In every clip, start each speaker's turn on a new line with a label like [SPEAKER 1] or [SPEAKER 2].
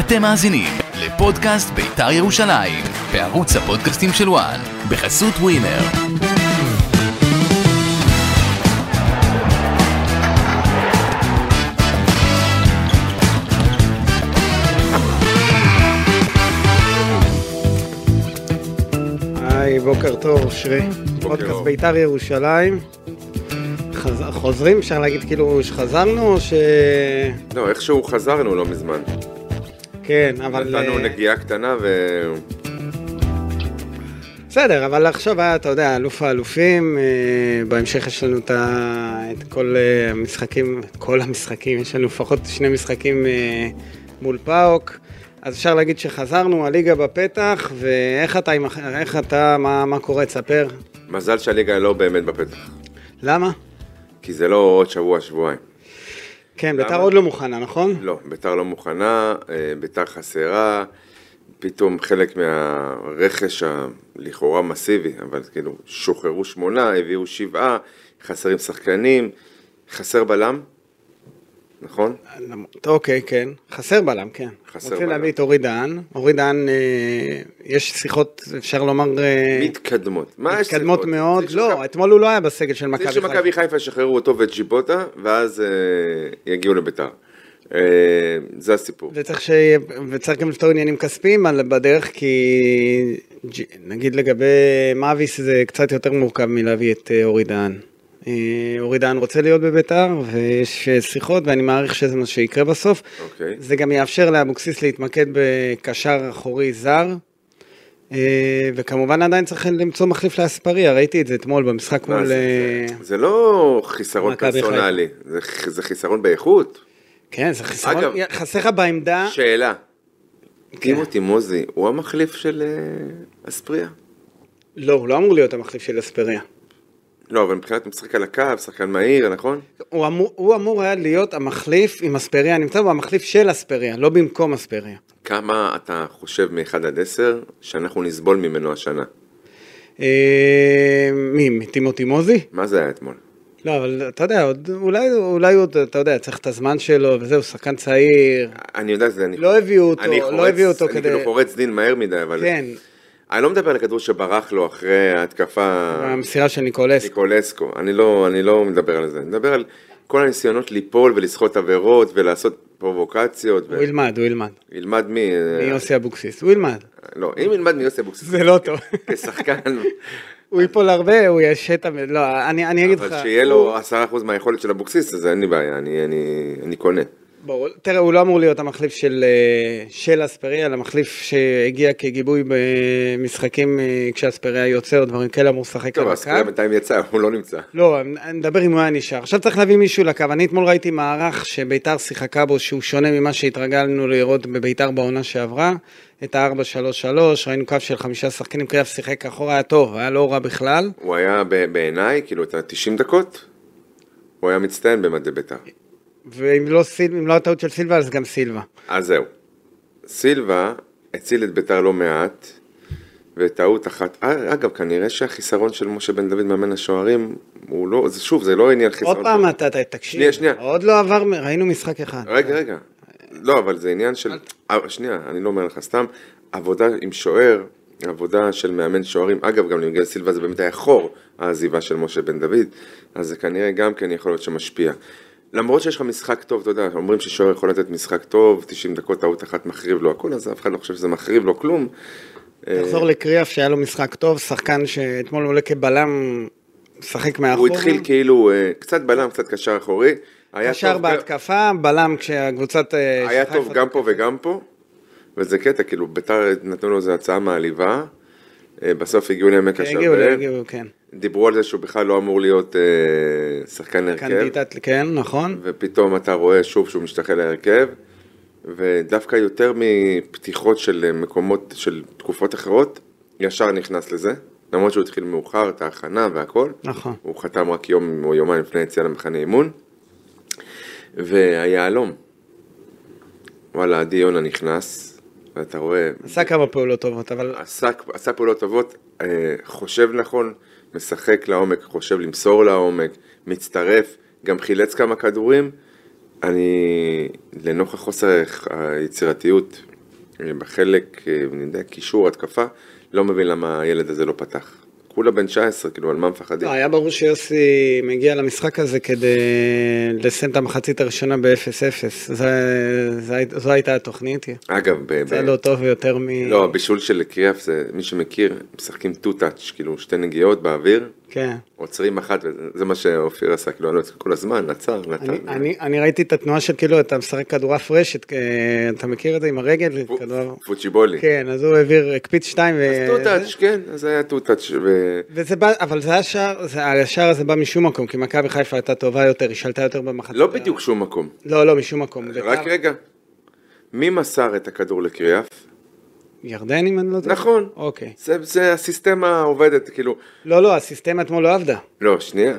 [SPEAKER 1] אתם מאזינים לפודקאסט בית"ר ירושלים, בערוץ הפודקאסטים של וואן, בחסות ווינר.
[SPEAKER 2] היי, בוקר טוב, אושרי. פודקאסט בית"ר ירושלים. חז... חוזרים, אפשר להגיד כאילו שחזרנו, או ש...
[SPEAKER 3] לא, איכשהו חזרנו לא מזמן.
[SPEAKER 2] כן, אבל...
[SPEAKER 3] נתנו
[SPEAKER 2] אה,
[SPEAKER 3] נגיעה קטנה ו...
[SPEAKER 2] בסדר, אבל עכשיו היה, אתה יודע, אלוף האלופים, אה, בהמשך יש לנו את, ה... את כל אה, המשחקים, את כל המשחקים, יש לנו לפחות שני משחקים אה, מול פאוק. אז אפשר להגיד שחזרנו, הליגה בפתח, ואיך אתה, עם הח- איך אתה מה, מה קורה, תספר.
[SPEAKER 3] מזל שהליגה לא באמת בפתח.
[SPEAKER 2] למה?
[SPEAKER 3] כי זה לא עוד שבוע, שבועיים.
[SPEAKER 2] כן,
[SPEAKER 3] למה?
[SPEAKER 2] ביתר עוד לא מוכנה, נכון?
[SPEAKER 3] לא, ביתר לא מוכנה, אה, ביתר חסרה, פתאום חלק מהרכש הלכאורה מסיבי, אבל כאילו שוחררו שמונה, הביאו שבעה, חסרים שחקנים, חסר בלם, נכון?
[SPEAKER 2] למרות- אוקיי, כן. חסר בלם, כן.
[SPEAKER 3] חסר
[SPEAKER 2] רוצים
[SPEAKER 3] בלם.
[SPEAKER 2] להביא את אורי דהן. אורי דהן, אה, יש שיחות, אפשר לומר, אה,
[SPEAKER 3] מתקדמות. מה יש
[SPEAKER 2] מתקדמות
[SPEAKER 3] לראות?
[SPEAKER 2] מאוד.
[SPEAKER 3] צריך
[SPEAKER 2] לא,
[SPEAKER 3] שמכבי-
[SPEAKER 2] אתמול הוא לא היה בסגל של מכבי
[SPEAKER 3] צריך שמכבי חיפה ישחררו אותו ואת ג'יבוטה, ואז אה, יגיעו לביתר. אה, זה הסיפור.
[SPEAKER 2] וצריך, שיהיה, וצריך גם לפתור עניינים כספיים על- בדרך, כי ג'- נגיד לגבי מאביס זה קצת יותר מורכב מלהביא את אה, אורי דהן. אה, אורי דהן רוצה להיות בביתר, ויש אה, שיחות, ואני מעריך שזה מה שיקרה בסוף.
[SPEAKER 3] אוקיי.
[SPEAKER 2] זה גם יאפשר לאבוקסיס להתמקד בקשר אחורי זר. אה, וכמובן עדיין צריך למצוא מחליף לאספריה, ראיתי את זה אתמול במשחק
[SPEAKER 3] מה
[SPEAKER 2] מול...
[SPEAKER 3] זה,
[SPEAKER 2] אה,
[SPEAKER 3] זה- זה לא חיסרון
[SPEAKER 2] מכבי חיפה.
[SPEAKER 3] פרסונלי, זה ח- זה חיסרון באיכות.
[SPEAKER 2] כן, זה
[SPEAKER 3] אגב,
[SPEAKER 2] חיסרון, חסר לך בעמדה,
[SPEAKER 3] שאלה,
[SPEAKER 2] אה? כן.
[SPEAKER 3] טימו טימוזי הוא המחליף של אה, אספריה?
[SPEAKER 2] לא, הוא לא אמור להיות המחליף של אספריה.
[SPEAKER 3] לא, אבל מבחינת משחק על הקו, שחקן מהיר, נכון?
[SPEAKER 2] הוא אמור, הוא אמור היה להיות המחליף עם אספריה, נמצא הוא המחליף של אספריה, לא במקום אספריה.
[SPEAKER 3] כמה אתה חושב מ-1 עד 10 שאנחנו נסבול ממנו השנה?
[SPEAKER 2] אה, מי, מטימותי מוזי?
[SPEAKER 3] מה זה היה אתמול?
[SPEAKER 2] לא, אבל אתה יודע, עוד, אולי, אולי עוד, אתה יודע, צריך את הזמן שלו, וזהו, שחקן צעיר.
[SPEAKER 3] אני יודע שזה, אני...
[SPEAKER 2] לא הביאו אותו,
[SPEAKER 3] אני
[SPEAKER 2] לא
[SPEAKER 3] חורץ-
[SPEAKER 2] הביאו אותו
[SPEAKER 3] אני
[SPEAKER 2] כדי-
[SPEAKER 3] כאילו חורץ דין מהר מדי, אבל...
[SPEAKER 2] כן,
[SPEAKER 3] אני לא מדבר על הכדור שברח לו אחרי ההתקפה
[SPEAKER 2] המסירה של ניקולס.
[SPEAKER 3] ניקולסקו. אני לא, אני לא מדבר על זה, אני מדבר על כל הניסיונות ליפול ולסחוט עבירות ולעשות פרובוקציות. ו-
[SPEAKER 2] הוא ילמד, הוא ילמד.
[SPEAKER 3] ילמד מי... אה,
[SPEAKER 2] מיוסי אבוקסיס, הוא ילמד.
[SPEAKER 3] לא, אם ילמד מיוסי אבוקסיס
[SPEAKER 2] זה לא טוב.
[SPEAKER 3] כשחקן,
[SPEAKER 2] הוא ייפול הרבה, הוא ישט... המ- לא, אני אני אגיד לך...
[SPEAKER 3] אבל שיהיה
[SPEAKER 2] הוא-
[SPEAKER 3] לו 10% מהיכולת של אבוקסיס, אז אין לי בעיה, אני- אני אני קונה.
[SPEAKER 2] ברור, תראה, הוא לא אמור להיות המחליף של, אה, של אספריה, אלא מחליף שהגיע כגיבוי במשחקים אה, כשאספריה יוצא או דברים כאלה, אמור לשחק
[SPEAKER 3] טוב,
[SPEAKER 2] על
[SPEAKER 3] אז כולם
[SPEAKER 2] הקו.
[SPEAKER 3] בינתיים יצא, הוא לא נמצא.
[SPEAKER 2] לא, אני אני מדבר אם הוא היה נשאר. עכשיו צריך להביא מישהו לקו. אני אתמול ראיתי מערך שביתר שיחקה בו, שהוא שונה ממה שהתרגלנו לראות בביתר בעונה שעברה. את ה-4-3-3, ראינו קו של חמישה שחקנים, קריאף שיחק אחורה, היה טוב, היה לא רע בכלל.
[SPEAKER 3] הוא היה ב- בעיניי, כאילו, את ה-90 דקות, הוא היה מצטיין במדי בית"ר.
[SPEAKER 2] ואם לא, סיל... אם לא הטעות של סילבה, אז גם סילבה.
[SPEAKER 3] אז זהו. סילבה הציל את ביתר לא מעט, וטעות אחת, אה, אגב, כנראה שהחיסרון של משה בן דוד מאמן השוערים, הוא לא, זה שוב, זה לא עניין חיסרון.
[SPEAKER 2] עוד פעם אתה, אתה- תקשיב.
[SPEAKER 3] שנייה, שנייה.
[SPEAKER 2] עוד לא עבר, מ- ראינו משחק אחד.
[SPEAKER 3] רגע, רגע. לא, אבל זה עניין של... אה, שנייה, אני לא אומר לך סתם. עבודה עם שוער, עבודה של מאמן שוערים. אגב, גם למיגל סילבה זה באמת היה חור, העזיבה של משה בן דוד, אז זה כנראה גם כן יכול להיות שמשפיע. למרות שיש לך משחק טוב, אתה יודע, אומרים ששוער יכול לתת משחק טוב, 90 דקות טעות אחת מחריב לו הכל, אז אף אחד לא חושב שזה מחריב לו כלום. אה,
[SPEAKER 2] תחזור לקריאף שהיה לו משחק טוב, שחקן שאתמול עולה כבלם, משחק מאחור.
[SPEAKER 3] הוא התחיל כאילו אה, קצת בלם, קצת קשר אחורי. היה
[SPEAKER 2] קשר
[SPEAKER 3] טוב-
[SPEAKER 2] בהתקפה, בלם כשהקבוצת... אה,
[SPEAKER 3] היה
[SPEAKER 2] שחיפה-
[SPEAKER 3] טוב גם פה וגם פה, וזה קטע, כאילו ביתר נתנו לו איזו הצעה מעליבה, אה, בסוף הגיעו לעמק
[SPEAKER 2] הגיעו,
[SPEAKER 3] השווה,
[SPEAKER 2] הגיעו, כן.
[SPEAKER 3] דיברו על זה שהוא בכלל לא אמור להיות אה, שחקן הרכב,
[SPEAKER 2] קנדידט, כן, נכון.
[SPEAKER 3] ופתאום אתה רואה שוב שהוא משתחל להרכב, ודווקא יותר מפתיחות של אה, מקומות, של תקופות אחרות, ישר נכנס לזה, למרות שהוא התחיל מאוחר, את ההכנה והכל.
[SPEAKER 2] נכון.
[SPEAKER 3] הוא חתם רק יום או יומיים לפני היציאה למחנה אימון. והיהלום. וואלה, עדי יונה נכנס, ואתה רואה,
[SPEAKER 2] עשה כמה פעולות טובות, אבל
[SPEAKER 3] עשה, עשה פעולות טובות, אה, חושב נכון, משחק לעומק, חושב למסור לעומק, מצטרף, גם חילץ כמה כדורים. אני, לנוכח חוסר היצירתיות אה, בחלק, אני יודע, קישור, התקפה, לא מבין למה הילד הזה לא פתח. כולה בן 19, כאילו, על מה מפחדים?
[SPEAKER 2] לא, היה ברור שיוסי מגיע למשחק הזה כדי לסיים את המחצית הראשונה ב-0-0. זה- זה היית- זו הייתה התוכנית.
[SPEAKER 3] אגב, ב- ב-
[SPEAKER 2] זה לא טוב יותר מ...
[SPEAKER 3] לא, הבישול של קריאף זה, מי שמכיר, משחקים טו-טאץ', כאילו שתי נגיעות באוויר,
[SPEAKER 2] כן.
[SPEAKER 3] עוצרים אחת, וזה זה מה שאופיר עשה, כאילו, אני לא כל הזמן, עצר, נתן.
[SPEAKER 2] אני, אני, אני ראיתי את התנועה של כאילו, אתה משחק כדורעף רשת, אה, אתה מכיר את זה עם הרגל?
[SPEAKER 3] פו-
[SPEAKER 2] כדור...
[SPEAKER 3] פוצ'יבולי.
[SPEAKER 2] כן, אז הוא העביר, הקפיץ שתיים. ו...
[SPEAKER 3] אז טו-טאץ', כן, אז זה היה טו-טאץ', ו-
[SPEAKER 2] וזה בא, אבל זה השער, זה, השער הזה בא משום מקום, כי מכבי חיפה הייתה טובה יותר, היא שלטה יותר במחצית.
[SPEAKER 3] לא בדיוק שום מקום.
[SPEAKER 2] לא, לא, משום מקום.
[SPEAKER 3] רק
[SPEAKER 2] בית"ר-
[SPEAKER 3] רגע. מי מסר את הכדור לקריאף?
[SPEAKER 2] ירדן, אם אני לא טועה?
[SPEAKER 3] נכון.
[SPEAKER 2] אוקיי.
[SPEAKER 3] זה- זה הסיסטמה עובדת, כאילו,
[SPEAKER 2] לא, לא, הסיסטמה אתמול לא עבדה.
[SPEAKER 3] לא, שנייה.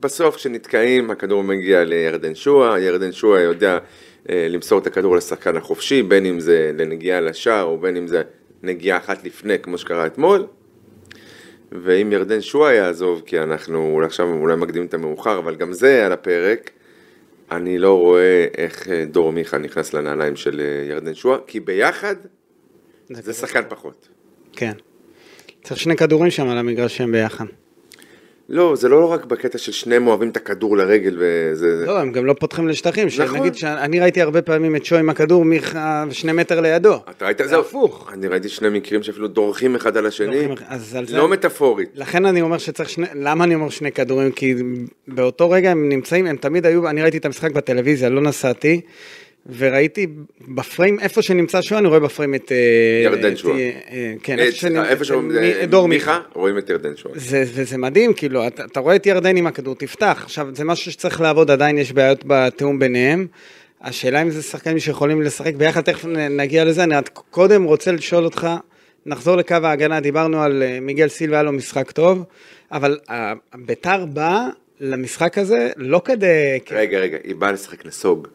[SPEAKER 3] בסוף כשנתקעים, הכדור מגיע לירדן שואה, ירדן שואה יודע אה, למסור את הכדור לשחקן החופשי, בין אם זה לנגיעה לשער, או בין אם זה נגיעה אחת לפני, כמו שקרה אתמול. ואם ירדן שואה יעזוב, כי אנחנו אולי עכשיו אולי מקדימים את המאוחר, אבל גם זה על הפרק, אני לא רואה איך אה, דור מיכה נכנס לנעליים של אה, ירדן שואה, כי ביחד זה שחקן פחות.
[SPEAKER 2] כן. צריך שני כדורים שם על המגרש שהם ביחד.
[SPEAKER 3] לא, זה לא רק בקטע של שניהם אוהבים את הכדור לרגל וזה...
[SPEAKER 2] לא, הם גם לא פותחים לשטחים.
[SPEAKER 3] נכון.
[SPEAKER 2] נגיד שאני ראיתי הרבה פעמים את שו עם הכדור מיכה שני מטר לידו.
[SPEAKER 3] אתה ראית?
[SPEAKER 2] זה הפוך.
[SPEAKER 3] אני ראיתי שני מקרים שאפילו דורכים אחד על השני,
[SPEAKER 2] דורכים אחד- אז על זה-
[SPEAKER 3] לא מטאפורית.
[SPEAKER 2] לכן אני אומר שצריך שני, למה אני אומר שני כדורים? כי באותו רגע הם נמצאים, הם תמיד היו, אני ראיתי את המשחק בטלוויזיה, לא נסעתי, וראיתי בפריים, איפה שנמצא שואה, אני רואה בפריים את... אה,
[SPEAKER 3] ירדן
[SPEAKER 2] את-
[SPEAKER 3] שואה.
[SPEAKER 2] אה, כן,
[SPEAKER 3] אה, סליחה, איפה שם,
[SPEAKER 2] מ- דור מיכה.
[SPEAKER 3] רואים את ירדן שואה.
[SPEAKER 2] זה, וזה מדהים, כאילו, אתה, אתה רואה את ירדן עם הכדור, תפתח. עכשיו, זה משהו שצריך לעבוד, עדיין יש בעיות בתיאום ביניהם. השאלה אם זה שחקנים שיכולים לשחק ביחד, תכף נ- נגיע לזה. אני רק קודם רוצה לשאול אותך, נחזור לקו ההגנה, דיברנו על אה, מיגל סילבה, היה לו משחק טוב, אבל אה, ביתר בא למשחק הזה לא כדי...
[SPEAKER 3] רגע, רגע, היא באה לשחק נסוג.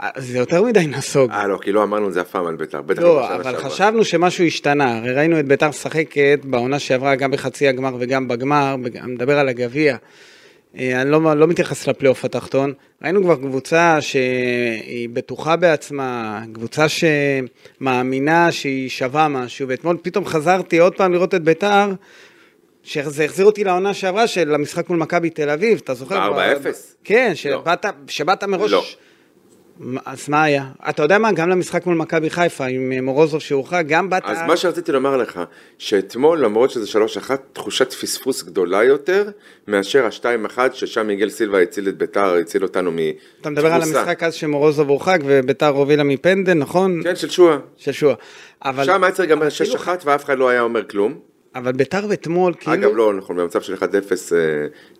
[SPEAKER 2] אה, זה יותר מדי נסוג.
[SPEAKER 3] אה, לא, כי לא אמרנו את זה אף פעם על בית"ר, בטח לא
[SPEAKER 2] לא,
[SPEAKER 3] בשנה
[SPEAKER 2] אבל
[SPEAKER 3] שעברה.
[SPEAKER 2] חשבנו שמשהו השתנה, הרי ראינו את ביתר משחקת בעונה שעברה גם בחצי הגמר וגם בגמר, בג- אני מדבר על הגביע. אה, אני לא, לא מתייחס לפלייאוף התחתון, ראינו כבר קבוצה שהיא בטוחה בעצמה, קבוצה שמאמינה שהיא שווה משהו, ואתמול פתאום חזרתי עוד פעם לראות את ביתר, שזה החזיר אותי לעונה שעברה של המשחק מול מכבי תל אביב, אתה זוכר?
[SPEAKER 3] ב-4-0?
[SPEAKER 2] כן, שבאת, שבאת מראש...
[SPEAKER 3] לא.
[SPEAKER 2] מה- אז מה היה? אתה יודע מה, גם למשחק מול מכבי חיפה עם אה, מורוזוב שהורחק, גם באת...
[SPEAKER 3] אז מה שרציתי לומר לך, שאתמול, למרות שזה 3-1, תחושת פספוס גדולה יותר מאשר ה-2-1, ששם יגאל סילבה הציל את בית"ר, הציל אותנו מתבוסה.
[SPEAKER 2] אתה מדבר על המשחק אז שמורוזוב הורחק וביתר הובילה מפנדל, נכון?
[SPEAKER 3] כן, של שועה.
[SPEAKER 2] של שועה. אבל...
[SPEAKER 3] שם היה צריך להיגמר
[SPEAKER 2] אבל כאילו-
[SPEAKER 3] 6-1 ואף אחד לא היה אומר כלום.
[SPEAKER 2] אבל ביתר אתמול, כאילו...
[SPEAKER 3] אגב, לא, נכון, במצב של 1-0, אה,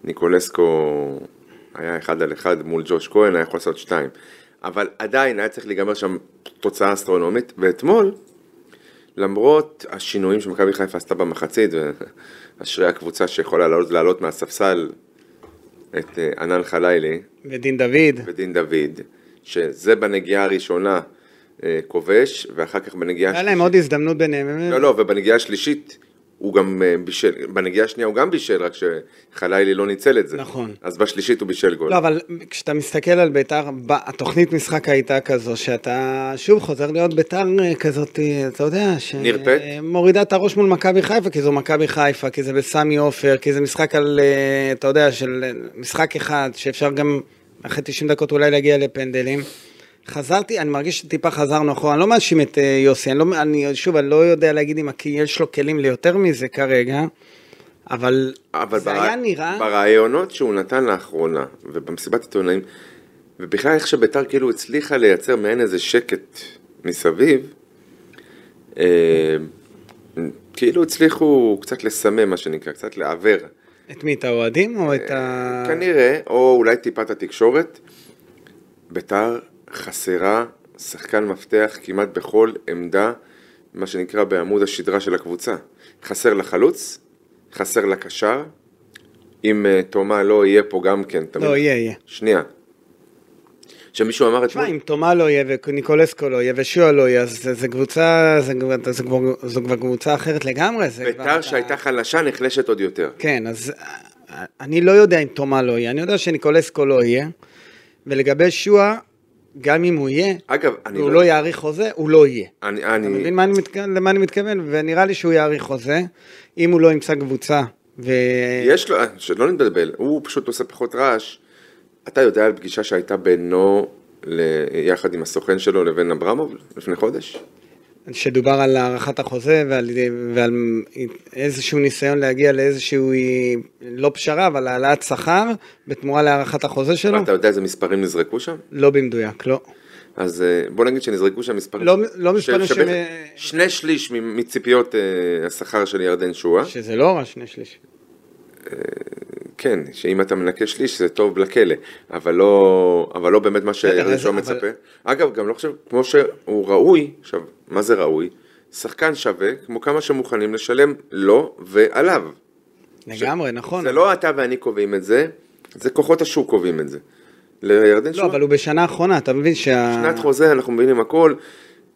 [SPEAKER 3] ניקולסקו היה 1 על 1 מול ג'וש כהן, היה יכול לעשות 2. אבל עדיין היה צריך להיגמר שם תוצאה אסטרונומית, ואתמול, למרות השינויים שמכבי חיפה עשתה במחצית, ואשרי הקבוצה שיכולה לעלות, לעלות מהספסל את אה, ענן חלילי
[SPEAKER 2] ודין דוד.
[SPEAKER 3] ודין דוד, שזה בנגיעה הראשונה אה, כובש, ואחר כך בנגיעה
[SPEAKER 2] היה להם עוד הזדמנות ביניהם. הם-
[SPEAKER 3] לא, לא, ובנגיעה השלישית הוא גם אה, בישל, בנגיעה השנייה הוא גם בישל, רק שחלילי לא ניצל את זה.
[SPEAKER 2] נכון.
[SPEAKER 3] אז בשלישית הוא בישל גול.
[SPEAKER 2] לא, אבל כשאתה מסתכל על ביתר, ב- התוכנית משחק הייתה כזו, שאתה שוב חוזר להיות ביתר אה, כזאת, אה, אתה יודע, ש...
[SPEAKER 3] נרפית?
[SPEAKER 2] אה, מורידה את הראש מול מכבי חיפה, כי זו מכבי חיפה, כי זה בסמי עופר, כי זה משחק על, אה, אתה יודע, של אה, משחק אחד, שאפשר גם אחרי 90 דקות אולי להגיע לפנדלים. חזרתי, אני מרגיש שטיפה חזרנו אחורה, אני לא מאשים את אה, יוסי, אני, לא, אני שוב, אני לא יודע להגיד אם הכי- יש לו כלים ליותר מזה כרגע, אבל,
[SPEAKER 3] אבל
[SPEAKER 2] זה
[SPEAKER 3] ברא-
[SPEAKER 2] היה נראה...
[SPEAKER 3] ברעיונות שהוא נתן לאחרונה, ובמסיבת עיתונאים, ובכלל איך שביתר כאילו הצליחה לייצר מעין איזה שקט מסביב, אה, כאילו הצליחו קצת לסמם, מה שנקרא, קצת לעוור.
[SPEAKER 2] את מי, את האוהדים או את ה...
[SPEAKER 3] אה, כנראה, או אולי טיפת התקשורת, ביתר חסרה שחקן מפתח כמעט בכל עמדה, מה שנקרא בעמוד השדרה של הקבוצה. חסר לחלוץ, חסר לקשר, אם אה, תומה לא יהיה פה גם כן, אתה
[SPEAKER 2] לא,
[SPEAKER 3] מבין?
[SPEAKER 2] יהיה, יהיה.
[SPEAKER 3] שנייה. שמישהו אמר
[SPEAKER 2] תשמע,
[SPEAKER 3] אתמול,
[SPEAKER 2] אם תומה לא יהיה וניקולסקו לא יהיה ושועה לא יהיה, אז זה- זה קבוצה, זה כבר- זה כבר- זו כבר קבוצה אחרת לגמרי. זה כבר-
[SPEAKER 3] ביתר שהייתה חלשה נחלשת עוד יותר.
[SPEAKER 2] כן, אז אה, אני לא יודע אם תומה לא יהיה, אני יודע שניקולסקו לא יהיה. ולגבי שועה, גם אם הוא יהיה,
[SPEAKER 3] אגב, אני
[SPEAKER 2] והוא לא יאריך חוזה, הוא לא יהיה.
[SPEAKER 3] אני,
[SPEAKER 2] אתה
[SPEAKER 3] אני,
[SPEAKER 2] מבין מה אני מתכ- למה אני מתכוון? ונראה לי שהוא יאריך חוזה, אם הוא לא ימצא קבוצה. ו...
[SPEAKER 3] יש לו, שלא נתבלבל, הוא פשוט עושה פחות רעש. אתה יודע על פגישה שהייתה בינו, ל... יחד עם הסוכן שלו לבין אברמוב לפני חודש?
[SPEAKER 2] שדובר על הארכת החוזה ועל, ועל איזשהו ניסיון להגיע לאיזשהו, לא פשרה, אבל העלאת שכר בתמורה להארכת החוזה שלו,
[SPEAKER 3] אתה יודע איזה מספרים נזרקו שם?
[SPEAKER 2] לא במדויק, לא.
[SPEAKER 3] אז אה, בוא נגיד שנזרקו שם מספרים.
[SPEAKER 2] לא- לא מספרים
[SPEAKER 3] שבערך
[SPEAKER 2] שמ-
[SPEAKER 3] שני שליש מ- מציפיות אה, השכר של ירדן שואה.
[SPEAKER 2] שזה לא רע שני שליש.
[SPEAKER 3] כן, שאם אתה מנקה שליש זה טוב לכלא, אבל לא, אבל לא באמת מה שירדן
[SPEAKER 2] אז-
[SPEAKER 3] שואה
[SPEAKER 2] אבל-
[SPEAKER 3] מצפה. אגב, גם לא חושב, כמו שהוא ראוי, עכשיו, מה זה ראוי? שחקן שווה, כמו כמה שמוכנים לשלם לו ועליו.
[SPEAKER 2] לגמרי, נכון.
[SPEAKER 3] זה לא אתה ואני קובעים את זה, זה כוחות השוק קובעים את זה. לירדן
[SPEAKER 2] לא,
[SPEAKER 3] שואה,
[SPEAKER 2] אבל הוא בשנה האחרונה, אתה מבין שה...
[SPEAKER 3] שנת חוזה, אנחנו מבינים הכל.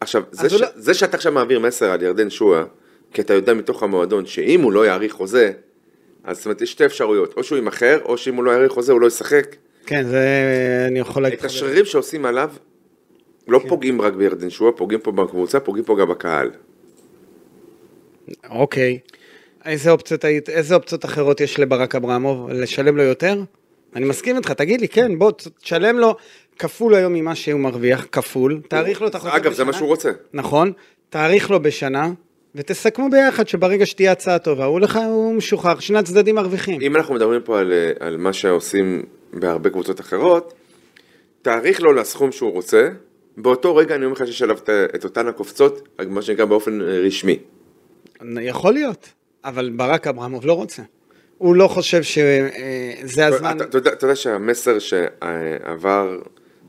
[SPEAKER 3] עכשיו, זה,
[SPEAKER 2] אז
[SPEAKER 3] ש...
[SPEAKER 2] הוא לא-
[SPEAKER 3] זה שאתה עכשיו מעביר מסר על ירדן שואה, כי אתה יודע מתוך המועדון שאם הוא לא יאריך חוזה, אז זאת אומרת, יש שתי אפשרויות, או שהוא ימכר, או שאם הוא לא יאריך חוזה הוא לא ישחק.
[SPEAKER 2] כן, זה אני יכול להגיד.
[SPEAKER 3] את השרירים שעושים עליו, לא
[SPEAKER 2] כן.
[SPEAKER 3] פוגעים רק בירדן שואה, פוגעים פה בקבוצה, פוגעים פה גם בקהל.
[SPEAKER 2] אוקיי. איזה אופציות, היית- איזה אופציות אחרות יש לברק אברמוב? לשלם לו יותר? אני מסכים איתך, תגיד לי, כן, בוא, ת- תשלם לו כפול היום ממה שהוא מרוויח, כפול, תאריך לו את החוזה
[SPEAKER 3] אגב, זה מה שהוא רוצה.
[SPEAKER 2] נכון, תאריך לו בשנה, ותסכמו ביחד שברגע שתהיה הצעה טובה, הוא לך, הוא משוחרר, שני הצדדים מרוויחים.
[SPEAKER 3] אם אנחנו מדברים פה על, אה, על מה שעושים בהרבה קבוצות אחרות, תאריך לו לסכום שהוא רוצה, באותו רגע אני אומר לך שיש עליו את- את אותן הקופצות, רק מה שנקרא באופן אה, רשמי.
[SPEAKER 2] יכול להיות, אבל ברק אברמוב לא רוצה. הוא לא חושב שזה הזמן...
[SPEAKER 3] אתה, אתה, יודע, אתה יודע שהמסר שעבר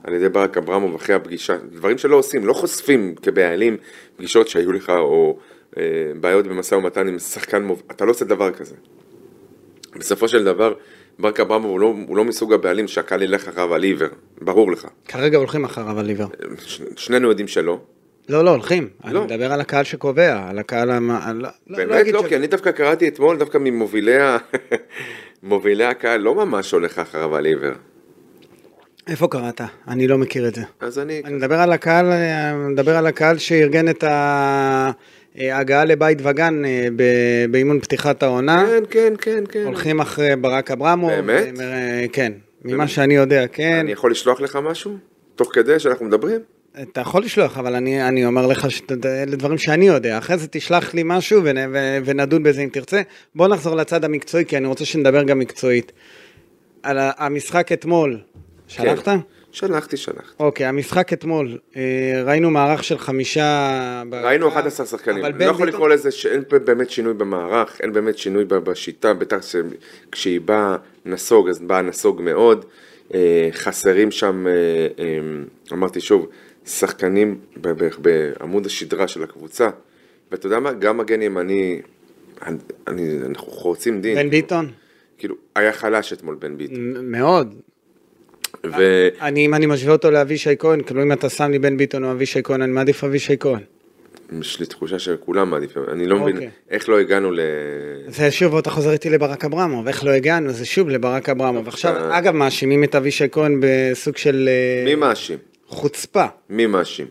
[SPEAKER 3] על ידי ברק אברמוב אחרי הפגישה, דברים שלא עושים, לא חושפים כבעלים פגישות שהיו לך או אה, בעיות במשא ומתן עם שחקן מוב... אתה לא עושה דבר כזה. בסופו של דבר, ברק אברמוב הוא לא, הוא לא מסוג הבעלים שהקהל ילך אחריו על עיוור, ברור לך.
[SPEAKER 2] כרגע הולכים אחריו על עיוור.
[SPEAKER 3] ש, שנינו יודעים שלא.
[SPEAKER 2] לא, לא, הולכים. אני
[SPEAKER 3] אה, לא.
[SPEAKER 2] מדבר על הקהל שקובע, על הקהל המ... לא- לא- לא
[SPEAKER 3] באמת
[SPEAKER 2] אגיד
[SPEAKER 3] לא,
[SPEAKER 2] ש-
[SPEAKER 3] כי אני דווקא קראתי אתמול דווקא ממובילי ה... מובילי הקהל לא ממש הולך אחריו על עיוור.
[SPEAKER 2] איפה קראת? אני לא מכיר את זה.
[SPEAKER 3] אז אני...
[SPEAKER 2] אני מדבר על הקהל, אה, אני מדבר על הקהל שארגן את ה- אה, ההגעה לבית וגן אה, ב- באימון פתיחת העונה.
[SPEAKER 3] כן, כן, כן, כן.
[SPEAKER 2] הולכים אחרי ברק אברמוב.
[SPEAKER 3] באמת?
[SPEAKER 2] הם, אה, כן. ממה שאני יודע, כן.
[SPEAKER 3] אני יכול לשלוח לך משהו? תוך כדי שאנחנו מדברים?
[SPEAKER 2] אתה יכול לשלוח, אבל אני, אני אומר לך שאלה דברים שאני יודע. אחרי זה תשלח לי משהו ונ, ו, ונדון בזה אם תרצה. בוא נחזור לצד המקצועי, כי אני רוצה שנדבר גם מקצועית. על ה- המשחק אתמול, שלחת?
[SPEAKER 3] כן. שלחתי, שלחתי.
[SPEAKER 2] אוקיי, המשחק אתמול, אה, ראינו מערך של חמישה... בהרכב,
[SPEAKER 3] ראינו 11 שחקנים.
[SPEAKER 2] אבל
[SPEAKER 3] לא
[SPEAKER 2] בן
[SPEAKER 3] יכול
[SPEAKER 2] ביטון-
[SPEAKER 3] לקרוא לזה שאין פה באמת שינוי במערך, אין באמת שינוי ב- בשיטה, בטח כשהיא באה נסוג, אז באה נסוג מאוד. אה, חסרים שם, אה, אה, אמרתי שוב, שחקנים ב- ב- בעמוד השדרה של הקבוצה. ואתה יודע מה? גם מגן ימני, אני- אני- אנחנו חורצים דין.
[SPEAKER 2] בן ביטון?
[SPEAKER 3] כאילו, היה חלש אתמול בן ביטון.
[SPEAKER 2] מ- מאוד. Mm.
[SPEAKER 3] ו...
[SPEAKER 2] אני, אם אני משווה אותו לאבישי כהן, כאילו אם אתה שם לי בן ביטון או אבישי כהן, אני מעדיף אבישי כהן.
[SPEAKER 3] יש לי תחושה שכולם מעדיפים, אני לא מבין
[SPEAKER 2] אוקיי.
[SPEAKER 3] איך לא הגענו ל...
[SPEAKER 2] זה שוב, אתה חוזר איתי לברק אברמוב, איך לא הגענו? זה שוב לברק אברמוב. עכשיו, אגב, מאשימים את אבישי כהן בסוג של אה,
[SPEAKER 3] אה. מי מאשים?
[SPEAKER 2] חוצפה.
[SPEAKER 3] מי מאשים?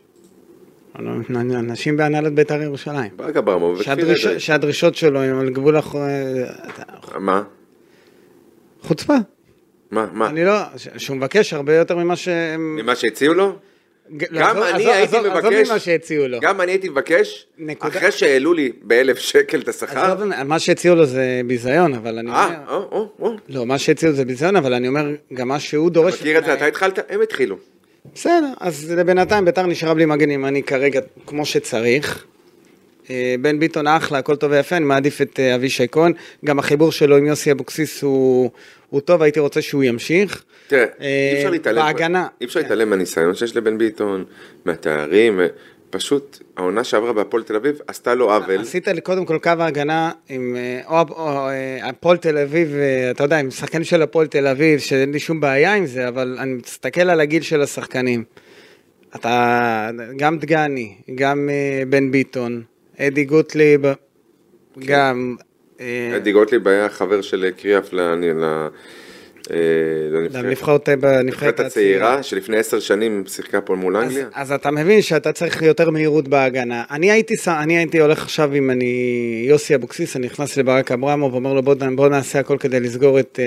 [SPEAKER 2] אנשים בהנהלת בית"ר ירושלים.
[SPEAKER 3] ברק אברמוב וכפיר
[SPEAKER 2] שהדריש-
[SPEAKER 3] אדרי.
[SPEAKER 2] שהדרישות שלו הם על גבול הח... אה, אתה-
[SPEAKER 3] מה?
[SPEAKER 2] חוצפה.
[SPEAKER 3] מה? מה?
[SPEAKER 2] אני לא... ש- שהוא מבקש הרבה יותר ממה שהם...
[SPEAKER 3] ממה שהציעו לו?
[SPEAKER 2] ג- לא,
[SPEAKER 3] גם
[SPEAKER 2] עזוב-
[SPEAKER 3] אני
[SPEAKER 2] עזוב-
[SPEAKER 3] הייתי
[SPEAKER 2] עזוב-
[SPEAKER 3] מבקש...
[SPEAKER 2] עזוב ממה שהציעו לו.
[SPEAKER 3] גם אני הייתי מבקש,
[SPEAKER 2] נקודה.
[SPEAKER 3] אחרי שהעלו לי באלף שקל את השכר...
[SPEAKER 2] עזוב, מה שהציעו לו זה ביזיון, אבל אני
[SPEAKER 3] אה,
[SPEAKER 2] אומר...
[SPEAKER 3] או, או, או.
[SPEAKER 2] לא, מה שהציעו זה ביזיון, אבל אני אומר, גם מה שהוא דורש...
[SPEAKER 3] מכיר את זה? אתה התחלת? הם התחילו.
[SPEAKER 2] בסדר, אז בינתיים ביתר נשארה בלי מגן ימני כרגע כמו שצריך. אה, בן ביטון אחלה, הכל טוב ויפה, אני מעדיף את אה, אבישי כהן. גם החיבור שלו עם יוסי אבוקסיס הוא, הוא טוב, הייתי רוצה שהוא ימשיך.
[SPEAKER 3] תראה,
[SPEAKER 2] אה,
[SPEAKER 3] אי אפשר להתעלם,
[SPEAKER 2] בהגנה. כן.
[SPEAKER 3] אי אפשר להתעלם מהניסיון שיש לבן ביטון, מהתארים, אה, פשוט העונה שעברה בהפועל תל אביב עשתה לו עוול.
[SPEAKER 2] עשית לי קודם כל קו ההגנה עם אה, או, או אה, הפועל תל אביב, אה, אתה יודע, עם שחקנים של הפועל תל אביב, שאין לי שום בעיה עם זה, אבל אני מסתכל על הגיל של השחקנים. אתה, גם דגני, גם אה, בן ביטון, אדי גוטליב, גם... אה,
[SPEAKER 3] אדי גוטליב היה חבר של קריאף ל... אני- ל- אה, לנבחרת
[SPEAKER 2] לנבחרת בנבחרת
[SPEAKER 3] הנבחרת הצעירה, שלפני עשר שנים שיחקה פה מול
[SPEAKER 2] אז,
[SPEAKER 3] אנגליה.
[SPEAKER 2] אז אתה מבין שאתה צריך יותר מהירות בהגנה. אני הייתי, ש- אני הייתי הולך עכשיו אם אני יוסי אבוקסיס, אני נכנס לברק אברמוב, אומר לו בוא, נ- בוא נעשה הכל כדי לסגור את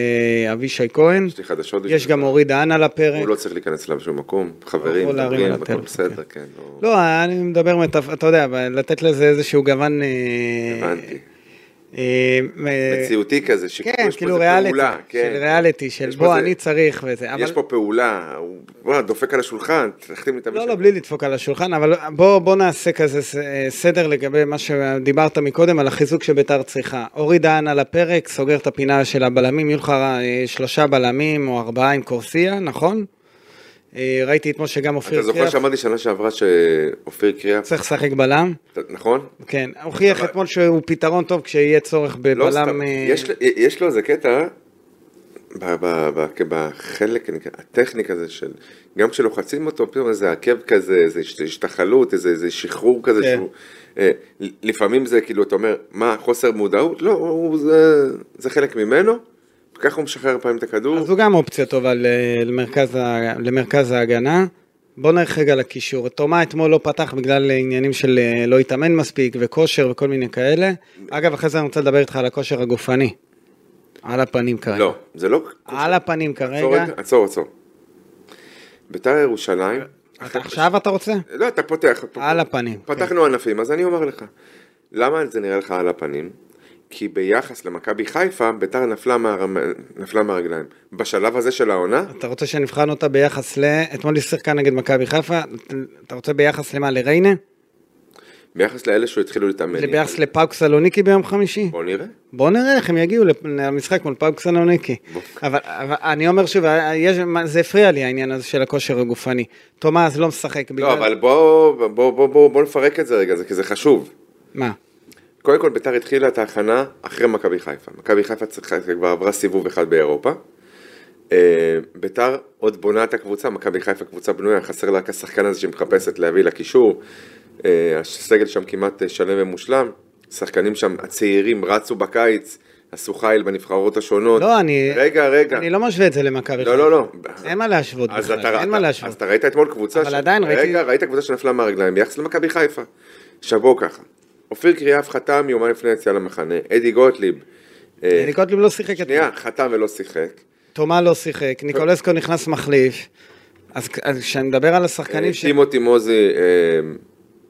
[SPEAKER 2] אה, אבישי כהן.
[SPEAKER 3] יש לי חדשות
[SPEAKER 2] יש
[SPEAKER 3] בשבילך.
[SPEAKER 2] גם אורי דהן על הפרק.
[SPEAKER 3] הוא לא צריך להיכנס אליו בשום מקום. חברים,
[SPEAKER 2] יכול להרים
[SPEAKER 3] מדברים,
[SPEAKER 2] על
[SPEAKER 3] הכל
[SPEAKER 2] הטלפון,
[SPEAKER 3] בסדר,
[SPEAKER 2] כן.
[SPEAKER 3] כן. לא-
[SPEAKER 2] לא, אני מדבר, מטפ- אתה יודע, אבל לתת לזה איזשהו גוון... אה,
[SPEAKER 3] הבנתי.
[SPEAKER 2] אה, אה,
[SPEAKER 3] מציאותי כזה, שכאילו
[SPEAKER 2] כן,
[SPEAKER 3] יש פה
[SPEAKER 2] כאילו
[SPEAKER 3] איזה
[SPEAKER 2] ריאליטי,
[SPEAKER 3] פעולה, כן.
[SPEAKER 2] של ריאליטי, של
[SPEAKER 3] יש פה
[SPEAKER 2] בוא,
[SPEAKER 3] איזה-
[SPEAKER 2] אני צריך וזה. אבל-
[SPEAKER 3] יש פה פעולה, הוא וואו, דופק על השולחן, תחתים לי את
[SPEAKER 2] לא,
[SPEAKER 3] המשחק.
[SPEAKER 2] לא, בלי לדפוק על השולחן, אבל בוא, בוא נעשה כזה ס- אה, סדר לגבי מה שדיברת מקודם, על החיזוק שביתר צריכה. אורי דהן על הפרק, סוגר את הפינה של הבלמים, יהיו לך אה, שלושה בלמים או ארבעה עם קורסיה, נכון? אה, ראיתי אתמול שגם
[SPEAKER 3] אתה
[SPEAKER 2] אופיר
[SPEAKER 3] זוכר
[SPEAKER 2] קריאף
[SPEAKER 3] שאמרתי שנה שעברה שאופיר קריאף,
[SPEAKER 2] צריך לשחק בלם?
[SPEAKER 3] אתה- נכון?
[SPEAKER 2] כן, הוכיח
[SPEAKER 3] אבל-
[SPEAKER 2] אתמול שהוא פתרון טוב כשיהיה צורך
[SPEAKER 3] לא סתם,
[SPEAKER 2] בבלם... אה,
[SPEAKER 3] יש לו- יש לו איזה קטע, ב- ב- ב- כ- בחלק אני- הטכני כזה של, גם כשלוחצים אותו, פתאום איזה עקב כזה, איזה הש- השתחלות, איזה איזה שחרור כזה,
[SPEAKER 2] כן.
[SPEAKER 3] שהוא, אה, ל- לפעמים זה כאילו, אתה אומר, מה, חוסר מודעות? לא, הוא- זה- זה חלק ממנו, וככה הוא משחרר פעמים את הכדור.
[SPEAKER 2] אז הוא גם אופציה טובה ל- למרכז, ה- למרכז ההגנה. בוא נלך רגע לקישור. תומה אתמול לא פתח בגלל עניינים של אה, לא התאמן מספיק וכושר וכל מיני כאלה. אגב, אחרי זה אני רוצה לדבר איתך על הכושר הגופני. על הפנים כרגע.
[SPEAKER 3] לא, זה לא...
[SPEAKER 2] על הפנים
[SPEAKER 3] עצור
[SPEAKER 2] כרגע.
[SPEAKER 3] רגע, עצור, עצור. ביתר ירושלים...
[SPEAKER 2] אתה, עכשיו אתה רוצה?
[SPEAKER 3] לא, אתה פותח.
[SPEAKER 2] על הפנים. כן.
[SPEAKER 3] פתחנו ענפים, אז אני אומר לך. למה זה נראה לך על הפנים? כי ביחס למכבי חיפה, ביתר נפלה, מהרמ... נפלה מהרגליים. בשלב הזה של העונה,
[SPEAKER 2] אתה רוצה שנבחן אותה ביחס ל... אתמול היא שיחקה נגד מכבי חיפה. אתה רוצה ביחס למה? לריינה?
[SPEAKER 3] ביחס לאלה שהתחילו להתאמן.
[SPEAKER 2] ביחס לפאוק סלוניקי ביום חמישי?
[SPEAKER 3] בוא נראה.
[SPEAKER 2] בואו נראה איך הם יגיעו לפ- למשחק מול פאוק סלוניקי. אבל, אבל אני אומר שוב, אה, יש, מה- זה הפריע לי העניין הזה של הכושר הגופני. תומאס לא משחק בגלל...
[SPEAKER 3] לא, אבל בוא, בוא, בוא, בוא, בוא נפרק את זה רגע, זה, כי זה חשוב.
[SPEAKER 2] מה?
[SPEAKER 3] קודם כל, ביתר התחילה את ההכנה אחרי מכבי חיפה. מכבי חיפה צריכה, כבר עברה סיבוב אחד באירופה. אה, ביתר עוד בונה את הקבוצה, מכבי חיפה קבוצה בנויה, חסר לה רק השחקן הזה שמחפשת להביא לקישור. אה, הסגל שם כמעט אה, שלם ומושלם. שחקנים שם, הצעירים, רצו בקיץ, עשו חיל בנבחרות השונות.
[SPEAKER 2] לא, אני...
[SPEAKER 3] רגע, רגע.
[SPEAKER 2] אני לא משווה את זה למכבי
[SPEAKER 3] כן. לא, לא, לא.
[SPEAKER 2] אין מה להשוות
[SPEAKER 3] אז
[SPEAKER 2] בכלל,
[SPEAKER 3] אתה-
[SPEAKER 2] אין מה
[SPEAKER 3] אתה-
[SPEAKER 2] להשוות.
[SPEAKER 3] אז אתה ראית אתמול קבוצה...
[SPEAKER 2] אבל
[SPEAKER 3] ש-
[SPEAKER 2] עדיין ראיתי-
[SPEAKER 3] רגע, ראית קבוצה שנפלה מהרגליים ביחס למכבי חיפה. שבוע ככה. אופיר קריאף חתם יומיים לפני היציאה למחנה. אדי גוטליב. אה,
[SPEAKER 2] אני קודם לא שיחק את
[SPEAKER 3] שנייה, חתם ולא שיחק.
[SPEAKER 2] תומא לא שיחק, ניקולסקו נכנס מחליף. אז אז כשאני מדבר על השחקנים
[SPEAKER 3] אה,
[SPEAKER 2] ש...
[SPEAKER 3] טימו טימוזי אה,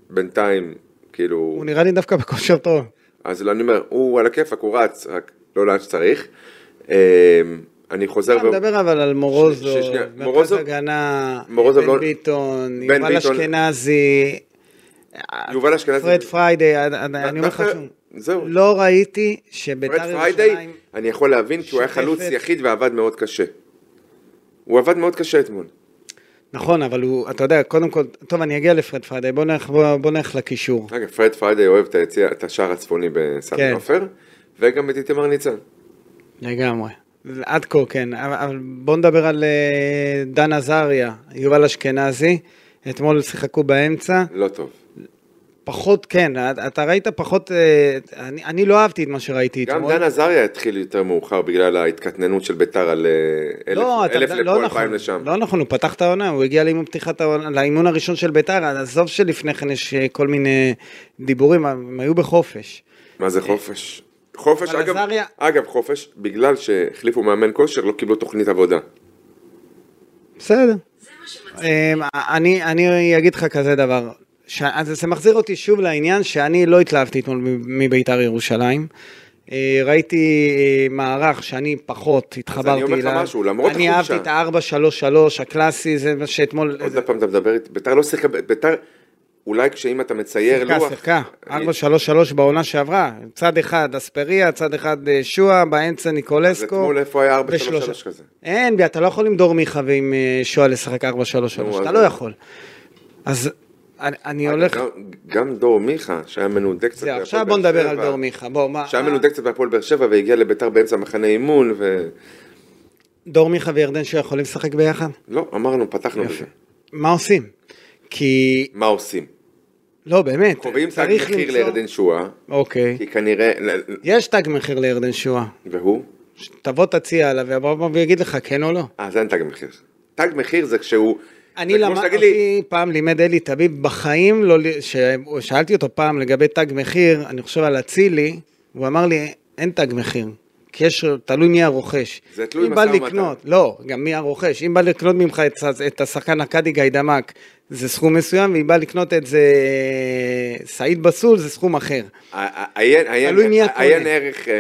[SPEAKER 3] בינתיים, כאילו...
[SPEAKER 2] הוא נראה לי דווקא בכושר טוב.
[SPEAKER 3] אז לא, אני אומר, הוא על הכיפאק, הוא רץ, רק לא לאן שצריך. אה, אני חוזר...
[SPEAKER 2] אתה
[SPEAKER 3] ו-
[SPEAKER 2] מדבר אבל על
[SPEAKER 3] ש-
[SPEAKER 2] מורוזוב,
[SPEAKER 3] שנייה,
[SPEAKER 2] מרכז
[SPEAKER 3] מורוזוב-
[SPEAKER 2] הגנה,
[SPEAKER 3] מורוזוב לא-
[SPEAKER 2] בן ביטון,
[SPEAKER 3] בן
[SPEAKER 2] יובל
[SPEAKER 3] ביטון-
[SPEAKER 2] אשכנזי,
[SPEAKER 3] יובל אשכנזי...
[SPEAKER 2] פרד פריידי, אני אומר לך
[SPEAKER 3] דווקא-
[SPEAKER 2] שום.
[SPEAKER 3] זהו.
[SPEAKER 2] לא ראיתי
[SPEAKER 3] פרד
[SPEAKER 2] שביתר
[SPEAKER 3] פריידי,
[SPEAKER 2] ירושלים...
[SPEAKER 3] אני יכול להבין כי הוא היה
[SPEAKER 2] שוטפת.
[SPEAKER 3] חלוץ יחיד ועבד מאוד קשה. הוא עבד מאוד קשה אתמול.
[SPEAKER 2] נכון, אבל הוא, אתה יודע, קודם כל, טוב, אני אגיע לפרד פריידי, בוא נלך- בוא- בוא נלך לקישור.
[SPEAKER 3] אגב, אוקיי, פרד פריידי אוהב את היציע, את השער הצפוני בסמי
[SPEAKER 2] כן.
[SPEAKER 3] עופר, וגם את איתמר ניצן.
[SPEAKER 2] לגמרי. עד כה, כן. אבל- אבל בוא נדבר על אה, דן עזריה, יובל אשכנזי. אתמול שיחקו באמצע.
[SPEAKER 3] לא טוב.
[SPEAKER 2] פחות, כן, אתה- אתה ראית פחות... אה, אני אני לא אהבתי את מה שראיתי אתמול.
[SPEAKER 3] גם דן עזריה התחיל יותר מאוחר בגלל ההתקטננות של ביתר על אה, אלף
[SPEAKER 2] לא, אתה-
[SPEAKER 3] אלף
[SPEAKER 2] לא
[SPEAKER 3] לפה, אלפיים
[SPEAKER 2] נכון,
[SPEAKER 3] לשם.
[SPEAKER 2] לא נכון, הוא פתח את העונה, הוא הגיע לאימון פתיחת העונה, לאימון הראשון של ביתר, אז עזוב שלפני כן יש אה, כל מיני דיבורים, הם היו בחופש.
[SPEAKER 3] מה זה חופש? חופש,
[SPEAKER 2] אבל
[SPEAKER 3] אגב,
[SPEAKER 2] עזריה-
[SPEAKER 3] אגב חופש, בגלל שהחליפו מאמן כושר, לא קיבלו תוכנית עבודה.
[SPEAKER 2] בסדר. אמ, אני, אני אגיד לך כזה דבר, ש... אז זה מחזיר אותי שוב לעניין שאני לא התלהבתי אתמול מ- מביתר ירושלים. אה, ראיתי אה, מערך שאני פחות התחברתי
[SPEAKER 3] אני אומר לך
[SPEAKER 2] אליו.
[SPEAKER 3] משהו, למרות
[SPEAKER 2] אני
[SPEAKER 3] החולשה.
[SPEAKER 2] אהבתי את ה-4-3-3 הקלאסי, זה מה שאתמול...
[SPEAKER 3] עוד פעם אתה מדבר, ביתר לא שיחקה, ביתר, אולי כשאם אתה מצייר
[SPEAKER 2] שיחקה,
[SPEAKER 3] לוח...
[SPEAKER 2] שיחקה,
[SPEAKER 3] אני-
[SPEAKER 2] 4-3-3 בעונה שעברה, צד אחד אספריה, צד אחד אה, שועה, באמצע
[SPEAKER 3] אז
[SPEAKER 2] ניקולסקו.
[SPEAKER 3] אתמול איפה היה 4-3-3
[SPEAKER 2] בשלושה.
[SPEAKER 3] כזה?
[SPEAKER 2] אין, אתה לא יכול למדור מיכה ועם אה, שועה לשחק 4-3-3,
[SPEAKER 3] נו,
[SPEAKER 2] אתה
[SPEAKER 3] אז- אה.
[SPEAKER 2] לא יכול. אז אני- אני הולך...
[SPEAKER 3] גם- גם דור מיכה, שהיה מנודה קצת...
[SPEAKER 2] זהו,
[SPEAKER 3] בהפועל
[SPEAKER 2] עכשיו בוא
[SPEAKER 3] באר
[SPEAKER 2] נדבר על
[SPEAKER 3] שבע,
[SPEAKER 2] דור מיכה. בוא, מה... אה,
[SPEAKER 3] שהיה
[SPEAKER 2] מה-
[SPEAKER 3] מנודה קצת בהפועל באר שבע והגיע לביתר באמצע מחנה אימון, ו...
[SPEAKER 2] דור מיכה וירדן שועה יכולים לשחק ביחד?
[SPEAKER 3] לא, אמרנו, פתחנו בזה.
[SPEAKER 2] מה עושים? כי...
[SPEAKER 3] מה עושים?
[SPEAKER 2] לא, באמת,
[SPEAKER 3] קובעים תג
[SPEAKER 2] צריך
[SPEAKER 3] מחיר
[SPEAKER 2] למצוא...
[SPEAKER 3] לירדן שואה,
[SPEAKER 2] אוקיי.
[SPEAKER 3] כי כנראה... ל- ל-
[SPEAKER 2] יש תג מחיר לירדן שועה.
[SPEAKER 3] והוא?
[SPEAKER 2] שתבוא תציע עליו ויבוא ויגיד לך כן או לא.
[SPEAKER 3] אה, זה אין תג מחיר. תג מחיר זה כשהוא...
[SPEAKER 2] אני
[SPEAKER 3] זה כמו
[SPEAKER 2] למדתי,
[SPEAKER 3] שתגיד לי,
[SPEAKER 2] פעם לימד אלי טביב בחיים, לא, ל- ש- שאלתי אותו פעם לגבי תג מחיר, אני חושב על אצילי, הוא אמר לי, אין תג מחיר. כי יש, תלוי מי הרוכש.
[SPEAKER 3] זה תלוי
[SPEAKER 2] אם בא
[SPEAKER 3] משא ומתן.
[SPEAKER 2] לקנות, לא, גם מי הרוכש. אם בא לקנות ממך את, ס- את השחקן הקאדי גיידמק, זה סכום מסוים, ואם בא לקנות את זה אה, סעיד בסול, זה סכום אחר.
[SPEAKER 3] ע- ע- עיין- עיין-
[SPEAKER 2] תלוי מי הקונה.
[SPEAKER 3] עיין ערך אה,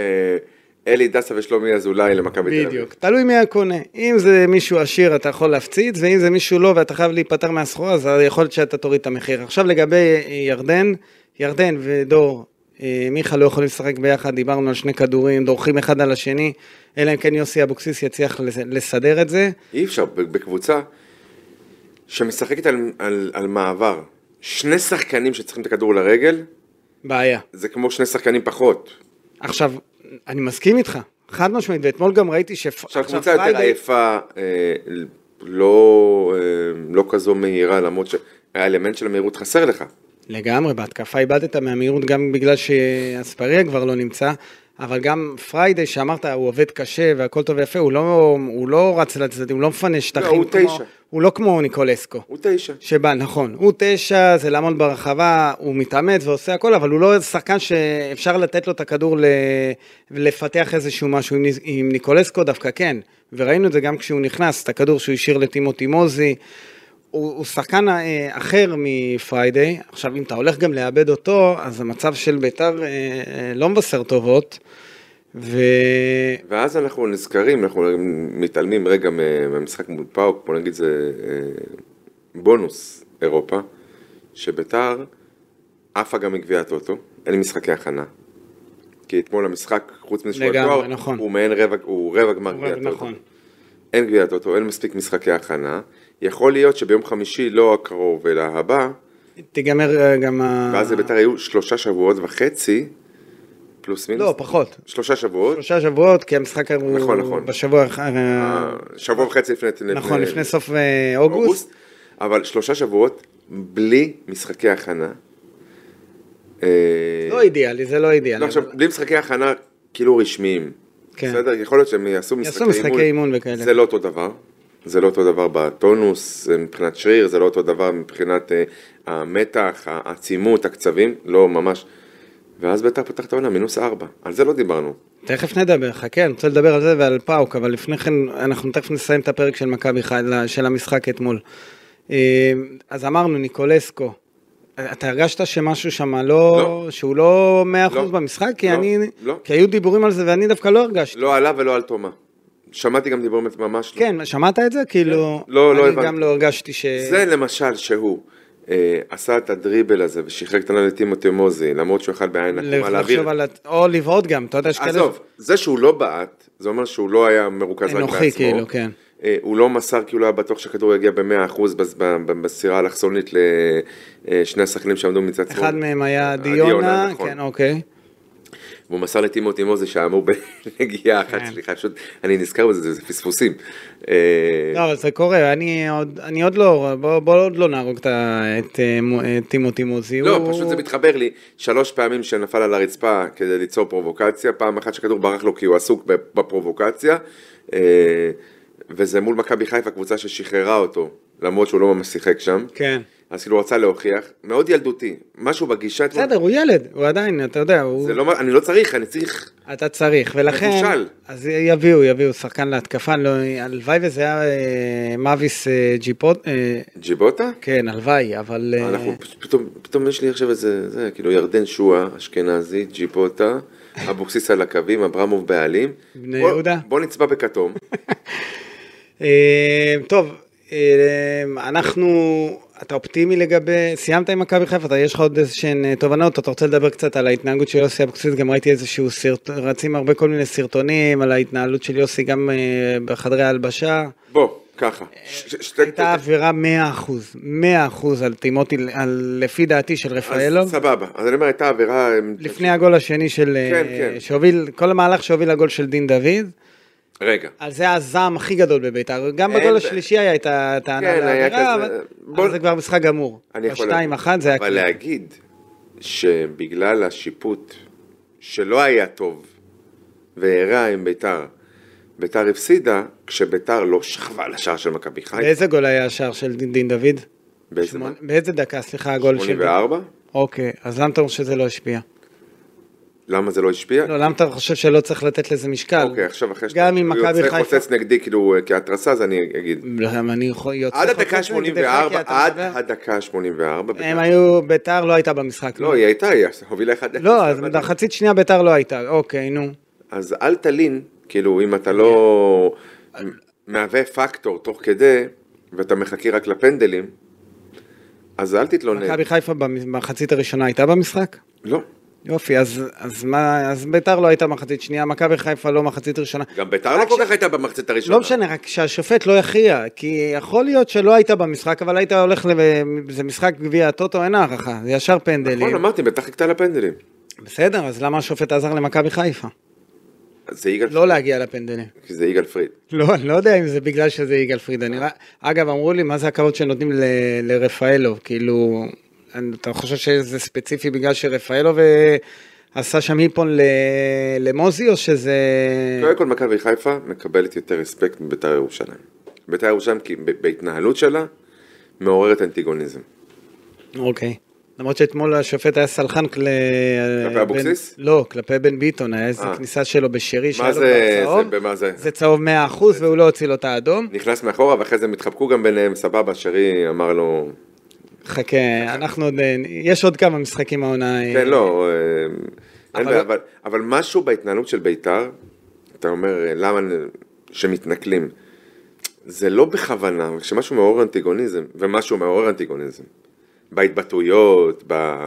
[SPEAKER 3] אלי דסה ושלומי אזולאי למכבי תל אביב.
[SPEAKER 2] בדיוק, תלוי מי הקונה. אם זה מישהו עשיר אתה יכול להפציץ, ואם זה מישהו לא ואתה חייב להיפטר מהסחורה, אז יכול להיות שאתה תוריד את המחיר. עכשיו לגבי אה, ירדן, ירדן ודור, אה, מיכה לא יכולים לשחק ביחד, דיברנו על שני כדורים, דורכים אחד על השני, אלא אם כן יוסי אבוקסיס יצליח לס- לסדר את זה.
[SPEAKER 3] אי אפשר, ב- בקבוצה שמשחקת על, על, על מעבר, שני שחקנים שצריכים את הכדור לרגל,
[SPEAKER 2] בעיה.
[SPEAKER 3] זה כמו שני שחקנים פחות.
[SPEAKER 2] עכשיו, אני מסכים איתך, חד משמעית, ואתמול גם ראיתי ש...
[SPEAKER 3] עכשיו קבוצה יותר
[SPEAKER 2] פריידי-
[SPEAKER 3] עייפה, אה, לא, אה, לא כזו מהירה, למרות שהאלמנט של המהירות חסר לך.
[SPEAKER 2] לגמרי, בהתקפה איבדת מהמהירות גם בגלל שאספריה כבר לא נמצא, אבל גם פריידי שאמרת, הוא עובד קשה והכל טוב ויפה, הוא לא, הוא לא רץ לצדדים, הוא לא מפנה שטחים,
[SPEAKER 3] הוא
[SPEAKER 2] כמו-
[SPEAKER 3] תשע.
[SPEAKER 2] הוא לא כמו ניקולסקו.
[SPEAKER 3] הוא תשע.
[SPEAKER 2] שבא, נכון, הוא תשע, זה לעמוד ברחבה, הוא מתאמץ ועושה הכל, אבל הוא לא שחקן שאפשר לתת לו את הכדור ל... לפתח איזשהו משהו עם, ניס- עם ניקולסקו דווקא כן, וראינו את זה גם כשהוא נכנס, את הכדור שהוא השאיר לטימותי מוזי, הוא, הוא שחקן אה, אחר מפריידי, עכשיו אם אתה הולך גם לאבד אותו, אז המצב של ביתר אה, אה, לא מבשר טובות, ו...
[SPEAKER 3] ואז אנחנו נזכרים, אנחנו מתעלמים רגע מה- מהמשחק מול פאוק, בוא נגיד זה אה, בונוס אירופה, שביתר עפה גם מגביע הטוטו, אין משחקי הכנה. כי אתמול המשחק, חוץ מזה שהוא
[SPEAKER 2] לגמרי,
[SPEAKER 3] התואר,
[SPEAKER 2] נכון.
[SPEAKER 3] הוא מעין רבע, הוא רבע גמר גביע הטוטו.
[SPEAKER 2] נכון.
[SPEAKER 3] אין גביע הטוטו, אין מספיק משחקי הכנה. יכול להיות שביום חמישי, לא הקרוב אלא הבא,
[SPEAKER 2] תיגמר אה, גם ה...
[SPEAKER 3] ואז לביתר היו שלושה שבועות וחצי, פלוס מינוס.
[SPEAKER 2] לא, פחות.
[SPEAKER 3] שלושה שבועות.
[SPEAKER 2] שלושה שבועות, כי המשחק הוא
[SPEAKER 3] נכון, נכון.
[SPEAKER 2] בשבוע אחר...
[SPEAKER 3] אה, שבוע וחצי לפני...
[SPEAKER 2] נכון, לפני סוף אה, אוגוסט.
[SPEAKER 3] אבל שלושה שבועות בלי משחקי הכנה. אה,
[SPEAKER 2] לא אידיאלי, זה לא אידיאלי.
[SPEAKER 3] לא, עכשיו,
[SPEAKER 2] אבל-
[SPEAKER 3] בלי משחקי הכנה כאילו רשמיים.
[SPEAKER 2] כן.
[SPEAKER 3] בסדר? יכול להיות שהם יעשו משחקי אימון.
[SPEAKER 2] משחקי אימון וכאלה.
[SPEAKER 3] זה לא אותו דבר. זה לא אותו דבר בטונוס, אה, מבחינת שריר, זה לא אותו דבר מבחינת אה, המתח, העצימות, הקצבים, לא ממש. ואז ביתר פתח את העונה מינוס ארבע, על זה לא דיברנו.
[SPEAKER 2] תכף נדבר, חכה, אני רוצה לדבר על זה ועל פאוק, אבל לפני כן, אנחנו תכף נסיים את הפרק של מכבי חיפה, של המשחק אתמול. אה, אז אמרנו, ניקולסקו, אה, אתה הרגשת שמשהו שם לא,
[SPEAKER 3] לא.
[SPEAKER 2] שהוא לא 100%
[SPEAKER 3] לא.
[SPEAKER 2] במשחק? כי
[SPEAKER 3] לא,
[SPEAKER 2] אני,
[SPEAKER 3] לא.
[SPEAKER 2] כי היו דיבורים על זה ואני דווקא לא הרגשתי.
[SPEAKER 3] לא עליו ולא על תומה. שמעתי גם דיבורים ממש לא.
[SPEAKER 2] כן, שמעת את זה? כאילו,
[SPEAKER 3] לא, לא
[SPEAKER 2] אני
[SPEAKER 3] הבנתי.
[SPEAKER 2] גם לא הרגשתי ש...
[SPEAKER 3] זה למשל שהוא אה, עשה את הדריבל הזה ושיחק את הנהל לטימותי מוזי, למרות שהוא יכל בעין נקומה להעביר.
[SPEAKER 2] לחשוב על... הת- או לבעוט גם, אתה יודע שכאלה...
[SPEAKER 3] עזוב, זה שהוא לא בעט, זה אומר שהוא לא היה מרוכז רק בעצמו.
[SPEAKER 2] אנוכי, כאילו, כן.
[SPEAKER 3] אה, הוא לא מסר כי הוא לא היה בטוח שהכדור יגיע ב-100% בס- ב- ב- בסירה אלכסונית לשני השחקנים שעמדו מצד שמאל.
[SPEAKER 2] אחד מהם היה
[SPEAKER 3] אה,
[SPEAKER 2] דיונה,
[SPEAKER 3] נכון.
[SPEAKER 2] כן, אוקיי.
[SPEAKER 3] והוא מסר לטימותי מוזי שאמור בנגיעה אחת,
[SPEAKER 2] כן.
[SPEAKER 3] סליחה, פשוט אני נזכר בזה, זה- זה פספוסים. אה,
[SPEAKER 2] לא, אבל זה קורה, אני עוד, אני עוד לא, בוא, בוא עוד לא נהרוג את, ה- את, אה, מו- את טימותי מוזי.
[SPEAKER 3] לא,
[SPEAKER 2] הוא-
[SPEAKER 3] פשוט זה מתחבר לי, שלוש פעמים שנפל על הרצפה כדי ליצור פרובוקציה, פעם אחת שכדור ברח לו כי הוא עסוק בפרובוקציה, אה, וזה מול מכבי חיפה, קבוצה ששחררה אותו, למרות שהוא לא ממש שיחק שם,
[SPEAKER 2] כן.
[SPEAKER 3] אז כאילו הוא רצה להוכיח, מאוד ילדותי, משהו בגישה, אתמול,
[SPEAKER 2] בסדר, הוא ילד, הוא עדיין, אתה יודע, הוא,
[SPEAKER 3] זה לא, מה- אני לא צריך, אני צריך,
[SPEAKER 2] אתה צריך, ולכן,
[SPEAKER 3] מבושל.
[SPEAKER 2] אז יביאו, יביאו שחקן להתקפה, אני לא, הלוואי וזה היה אה, מאביס אה, ג'יפוט, אה,
[SPEAKER 3] ג'יבוטה?
[SPEAKER 2] כן, הלוואי, אבל... אה,
[SPEAKER 3] אנחנו פ- פתאום, פתאום יש לי עכשיו איזה, זה, כאילו ירדן שואה, אשכנזי, ג'יבוטה, אבוקסיס על הקווים, אברמוב בעלים.
[SPEAKER 2] בני
[SPEAKER 3] בוא-
[SPEAKER 2] יהודה.
[SPEAKER 3] בוא נצבע בכתום.
[SPEAKER 2] אה, טוב, אה, אנחנו, אתה אופטימי לגבי, סיימת עם מכבי חיפה, אתה- יש לך עוד איזשהן אה, תובנות, אתה רוצה לדבר קצת על ההתנהגות של יוסי אבוקסיס, גם ראיתי איזשהו סרט, רצים הרבה כל מיני סרטונים על ההתנהלות של יוסי גם אה, בחדרי ההלבשה.
[SPEAKER 3] בוא, ככה. ש- ש- שתי-
[SPEAKER 2] הייתה עבירה 100%, 100% על טימותי, על, לפי דעתי של רפאלו,
[SPEAKER 3] אז סבבה, אז אני אומר, הייתה עבירה...
[SPEAKER 2] לפני הגול השני של, אה,
[SPEAKER 3] כן, כן.
[SPEAKER 2] שהוביל, כל המהלך שהוביל לגול של דין דוד.
[SPEAKER 3] רגע.
[SPEAKER 2] על זה הזעם הכי גדול בביתר, גם
[SPEAKER 3] אין
[SPEAKER 2] בגול
[SPEAKER 3] ב-
[SPEAKER 2] השלישי היה את הטענה
[SPEAKER 3] כן,
[SPEAKER 2] לעבירה,
[SPEAKER 3] היה כזה-
[SPEAKER 2] אבל
[SPEAKER 3] בוא-
[SPEAKER 2] אבל זה כבר משחק גמור.
[SPEAKER 3] אני יכול
[SPEAKER 2] בשתיים
[SPEAKER 3] להגיד.
[SPEAKER 2] אחת זה היה
[SPEAKER 3] אבל
[SPEAKER 2] כאילו.
[SPEAKER 3] להגיד שבגלל השיפוט שלא היה טוב והרע עם ביתר, ביתר הפסידה, כשביתר לא שכבה לשער של מכבי חיפה.
[SPEAKER 2] באיזה גול היה השער של דין דוד?
[SPEAKER 3] באיזה מה?
[SPEAKER 2] שמונה- באיזה דקה, סליחה, הגול של...
[SPEAKER 3] 84?
[SPEAKER 2] אוקיי, אז למה אתה חושב שזה לא השפיע?
[SPEAKER 3] למה זה לא השפיע?
[SPEAKER 2] לא, למה אתה חושב שלא צריך לתת לזה משקל?
[SPEAKER 3] אוקיי, עכשיו אחרי שאתה
[SPEAKER 2] גם אם מכבי
[SPEAKER 3] יוצא-
[SPEAKER 2] חיפה...
[SPEAKER 3] חוצץ נגדי כאילו אה, כהתרסה, אז אני אגיד.
[SPEAKER 2] לא, אני יכול- יוצא
[SPEAKER 3] עד
[SPEAKER 2] חוצץ
[SPEAKER 3] הדקה
[SPEAKER 2] נגדך, כי
[SPEAKER 3] 84,
[SPEAKER 2] אתה
[SPEAKER 3] עד
[SPEAKER 2] מדבר-
[SPEAKER 3] הדקה ה-84.
[SPEAKER 2] הם היו, ביתר לא הייתה במשחק.
[SPEAKER 3] לא, היא הייתה, היא הובילה 1-0.
[SPEAKER 2] לא, אז
[SPEAKER 3] אבל-
[SPEAKER 2] מחצית שנייה ביתר לא הייתה, אוקיי, נו.
[SPEAKER 3] אז אל תלין, כאילו, אם אתה לא מהווה פקטור תוך כדי, ואתה מחכה רק לפנדלים, אז אל תתלונן.
[SPEAKER 2] מכבי חיפה במחצית הראשונה הייתה במשחק?
[SPEAKER 3] לא.
[SPEAKER 2] יופי, אז, אז מה, אז ביתר לא הייתה מחצית שנייה, מכבי חיפה לא מחצית ראשונה.
[SPEAKER 3] גם ביתר לא
[SPEAKER 2] רק
[SPEAKER 3] כל
[SPEAKER 2] ש-
[SPEAKER 3] כך הייתה במחצית הראשונה.
[SPEAKER 2] לא משנה, רק שהשופט לא יכריע, כי יכול להיות שלא היית במשחק, אבל היית הולך, ל... זה משחק גביע הטוטו, אין הערכה, זה ישר פנדלים.
[SPEAKER 3] נכון, אמרתי, ביתר חיכתה לפנדלים.
[SPEAKER 2] בסדר, אז למה השופט עזר למכבי חיפה?
[SPEAKER 3] אז זה יגאל
[SPEAKER 2] לא להגיע לפנדלים.
[SPEAKER 3] כי זה יגאל פריד.
[SPEAKER 2] לא, אני לא יודע אם זה בגלל שזה יגאל פריד. אני... רק- אגב, אמרו לי, מה זה הכבוד שנותנים ל... לרפאלוב? כאילו, אני- אתה חושב שזה ספציפי בגלל שרפאלוב אה, עשה שם היפון ל... למוזי, או שזה... אה.
[SPEAKER 3] קודם כל, מכבי חיפה מקבלת יותר רספקט מביתר ירושלים. ביתר ירושלים, כי ב- בהתנהלות שלה, מעוררת אנטיגוניזם.
[SPEAKER 2] אוקיי. למרות שאתמול השופט היה סלחן כל...
[SPEAKER 3] כלפי אבוקסיס?
[SPEAKER 2] בן... לא, כלפי בן ביטון, היה איזה
[SPEAKER 3] אה.
[SPEAKER 2] כניסה שלו בשרי,
[SPEAKER 3] מה
[SPEAKER 2] שהיה לו
[SPEAKER 3] זה,
[SPEAKER 2] כבר צהוב.
[SPEAKER 3] זה, במה זה?
[SPEAKER 2] זה צהוב 100% והוא לא הוציא לו את האדום.
[SPEAKER 3] נכנס מאחורה, ואחרי זה הם התחבקו גם ביניהם, סבבה, שרי אמר לו...
[SPEAKER 2] חכה, אנחנו עוד... אה, יש עוד כמה משחקים העונה. אה,
[SPEAKER 3] כן, לא, אה,
[SPEAKER 2] אבל-
[SPEAKER 3] אין
[SPEAKER 2] לא-
[SPEAKER 3] בעיה, אבל, אבל משהו בהתנהלות של בית"ר, אתה אומר, אה, למה נ- שמתנכלים? זה לא בכוונה, אבל כשמשהו מעורר אנטיגוניזם, ומשהו מעורר אנטיגוניזם. בהתבטאויות, ב...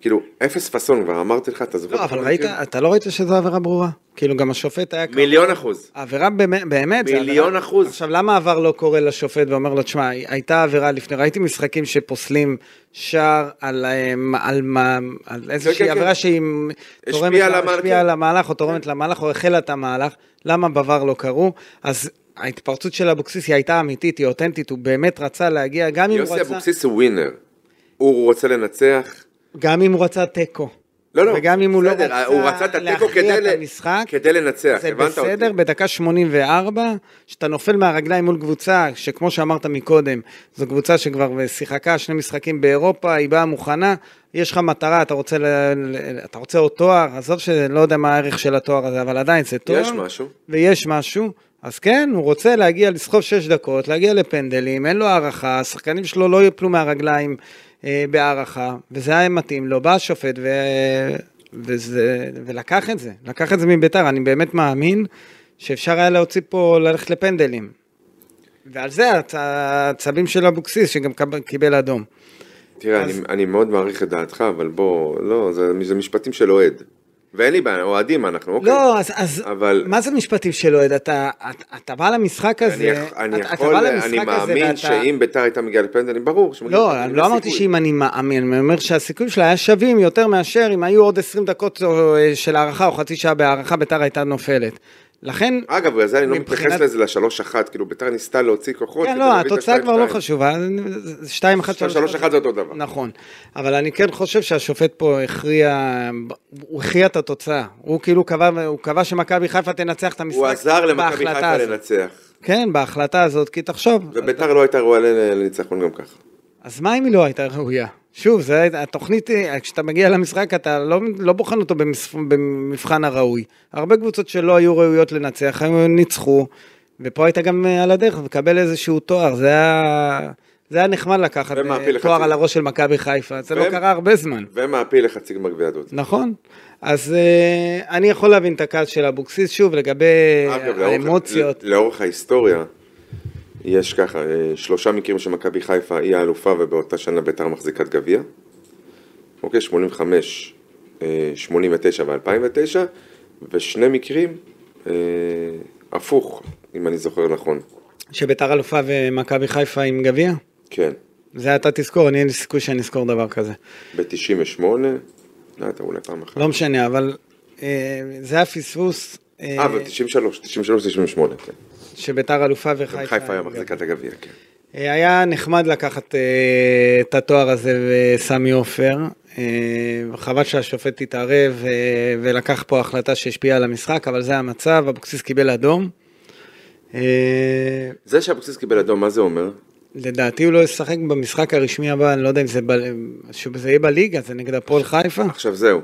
[SPEAKER 3] כאילו, אפס פאסון כבר, אמרתי לך, אתה זוכר?
[SPEAKER 2] לא, אבל
[SPEAKER 3] כמה
[SPEAKER 2] ראית,
[SPEAKER 3] מקרים?
[SPEAKER 2] אתה לא ראית שזו עבירה ברורה? כאילו גם השופט היה... כמה-
[SPEAKER 3] מיליון אחוז.
[SPEAKER 2] עבירה באמת, באמת. זה
[SPEAKER 3] מיליון
[SPEAKER 2] עבירה-
[SPEAKER 3] אחוז.
[SPEAKER 2] עכשיו, למה העבר לא קורא לשופט ואומר לו, תשמע, הייתה עבירה לפני, ראיתי משחקים שפוסלים שער על, אה, על, מה- על
[SPEAKER 3] כן,
[SPEAKER 2] איזושהי
[SPEAKER 3] כן.
[SPEAKER 2] עבירה שהיא
[SPEAKER 3] השפיעה
[SPEAKER 2] תורמת,
[SPEAKER 3] על המהלך, כן.
[SPEAKER 2] השפיעה על המהלך, או תורמת למהלך, או החלה את המהלך, למה בVAR לא קרו? אז ההתפרצות של אבוקסיס היא הייתה אמיתית, היא אותנטית, הוא באמת רצה להגיע, גם אם הוא
[SPEAKER 3] יוסי
[SPEAKER 2] רצה,
[SPEAKER 3] אבוקסיס הוא ווינר. הוא רוצה לנצח.
[SPEAKER 2] גם אם הוא רצה תיקו.
[SPEAKER 3] לא, לא.
[SPEAKER 2] וגם אם הוא לא
[SPEAKER 3] בסדר,
[SPEAKER 2] רצה
[SPEAKER 3] הוא רצה את התיקו
[SPEAKER 2] להכריע
[SPEAKER 3] כדי
[SPEAKER 2] את
[SPEAKER 3] ל-
[SPEAKER 2] המשחק,
[SPEAKER 3] כדי לנצח,
[SPEAKER 2] זה
[SPEAKER 3] הבנת אותי.
[SPEAKER 2] בסדר, בדקה 84, שאתה נופל מהרגליים מול קבוצה, שכמו שאמרת מקודם, זו קבוצה שכבר שיחקה שני משחקים באירופה, היא באה מוכנה, יש לך מטרה, אתה רוצה, ל... ל- אתה רוצה עוד תואר, עזוב שלא יודע מה הערך של התואר הזה, אבל עדיין זה תואר.
[SPEAKER 3] יש משהו.
[SPEAKER 2] ויש משהו, אז כן, הוא רוצה להגיע, לסחוב שש דקות, להגיע לפנדלים, אין לו הערכה, השחקנים שלו לא יפלו מהרגליים אה, בהערכה, וזה היה מתאים לו, בא השופט ו... וזה... ולקח את זה, לקח את זה מביתר, אני באמת מאמין שאפשר היה להוציא פה, ללכת לפנדלים. ועל זה הצ... הצבים של אבוקסיס, שגם קב- קיבל אדום.
[SPEAKER 3] תראה,
[SPEAKER 2] אז-
[SPEAKER 3] אני, אני מאוד מעריך את דעתך, אבל בוא, לא, זה, זה משפטים של אוהד. ואין לי בעיה, אוהדים אנחנו, אוקיי.
[SPEAKER 2] לא, אז, אז
[SPEAKER 3] אבל-
[SPEAKER 2] מה זה משפטים של אוהד? אתה, אתה, אתה בא למשחק הזה,
[SPEAKER 3] אני, יכ- אני
[SPEAKER 2] אתה,
[SPEAKER 3] יכול,
[SPEAKER 2] אתה בא
[SPEAKER 3] אני
[SPEAKER 2] למשחק הזה
[SPEAKER 3] מאמין
[SPEAKER 2] ואתה...
[SPEAKER 3] שאם ביתר הייתה מגיעה לפנדלים, ברור. שמגיע
[SPEAKER 2] לא,
[SPEAKER 3] לפנדלים,
[SPEAKER 2] אני
[SPEAKER 3] יש
[SPEAKER 2] לא אמרתי
[SPEAKER 3] סיכוי.
[SPEAKER 2] שאם אני מאמין, אני אומר שהסיכוי שלה היה שווים יותר מאשר אם היו עוד 20 דקות או, אה, של הערכה או חצי שעה בהערכה, ביתר הייתה נופלת. לכן,
[SPEAKER 3] אגב, בגלל זה אני לא מתייחס
[SPEAKER 2] מבחינת-
[SPEAKER 3] לזה לשלוש אחת, כאילו ביתר ניסתה להוציא כוחות.
[SPEAKER 2] כן,
[SPEAKER 3] כדי
[SPEAKER 2] לא,
[SPEAKER 3] להביא את
[SPEAKER 2] התוצאה כבר לא
[SPEAKER 3] השתיים-שתיים.
[SPEAKER 2] חשובה, אה, 2 1
[SPEAKER 3] שתיים, שלוש, אחת זה אותו דבר.
[SPEAKER 2] נכון, אבל אני כן חושב שהשופט פה הכריע, הוא הכריע את התוצאה. הוא כאילו קבע, הוא קבע שמכבי חיפה תנצח את המשחק
[SPEAKER 3] הוא עזר למכבי
[SPEAKER 2] בהחלטה
[SPEAKER 3] חיפה
[SPEAKER 2] הזאת.
[SPEAKER 3] לנצח.
[SPEAKER 2] כן, בהחלטה הזאת, כי תחשוב,
[SPEAKER 3] וביתר לא הייתה ראויה ל- לניצחון גם ככה.
[SPEAKER 2] אז מה אם היא לא הייתה ראויה? שוב, זה, התוכנית, אה, כשאתה מגיע למשחק, אתה לא, לא בוחן אותו במס, במבחן הראוי. הרבה קבוצות שלא היו ראויות לנצח, הם ניצחו, ופה הייתה גם אה, על הדרך, לקבל איזשהו תואר, זה היה, זה היה נחמד לקחת אה,
[SPEAKER 3] ומעפיל לחצי.
[SPEAKER 2] תואר על הראש של מכבי חיפה, זה
[SPEAKER 3] והם-
[SPEAKER 2] לא קרה הרבה זמן.
[SPEAKER 3] ומעפיל לחצי גמר גביע הדוד.
[SPEAKER 2] נכון, אז אה, אני יכול להבין את הכעס של אבוקסיס, שוב, לגבי
[SPEAKER 3] אגב, לאורך-
[SPEAKER 2] האמוציות.
[SPEAKER 3] ל- לאורך ההיסטוריה, יש ככה, אה, שלושה מקרים שמכבי חיפה היא האלופה ובאותה שנה ביתר מחזיקת גביע. אוקיי, 85, אה, 89 ו-2009, ושני מקרים אה, הפוך, אם אני זוכר נכון.
[SPEAKER 2] שביתר אלופה ומכבי חיפה עם גביע?
[SPEAKER 3] כן,
[SPEAKER 2] זה אתה תזכור, אני אין לי סיכוי שאני אזכור דבר כזה.
[SPEAKER 3] ב-98, לא הייתה אולי פעם אחת.
[SPEAKER 2] לא משנה, אבל אה, זה הפספוס אה,
[SPEAKER 3] אה, ב-93, 93, 98, כן.
[SPEAKER 2] שביתר אלופה וחיפה.
[SPEAKER 3] חיפה היה מחזיקת הגביע, כן.
[SPEAKER 2] אה, היה נחמד לקחת אה, את התואר הזה וסמי עופר. אה, חבל שהשופט התערב אה, ולקח פה החלטה שהשפיעה על המשחק, אבל זה המצב, אבוקסיס קיבל אדום. אה,
[SPEAKER 3] זה שאבוקסיס קיבל אדום, מה זה אומר?
[SPEAKER 2] לדעתי הוא לא ישחק במשחק הרשמי הבא, אני לא יודע אם זה, ב... שזה יהיה בליגה, זה נגד הפועל חיפה.
[SPEAKER 3] עכשיו זהו.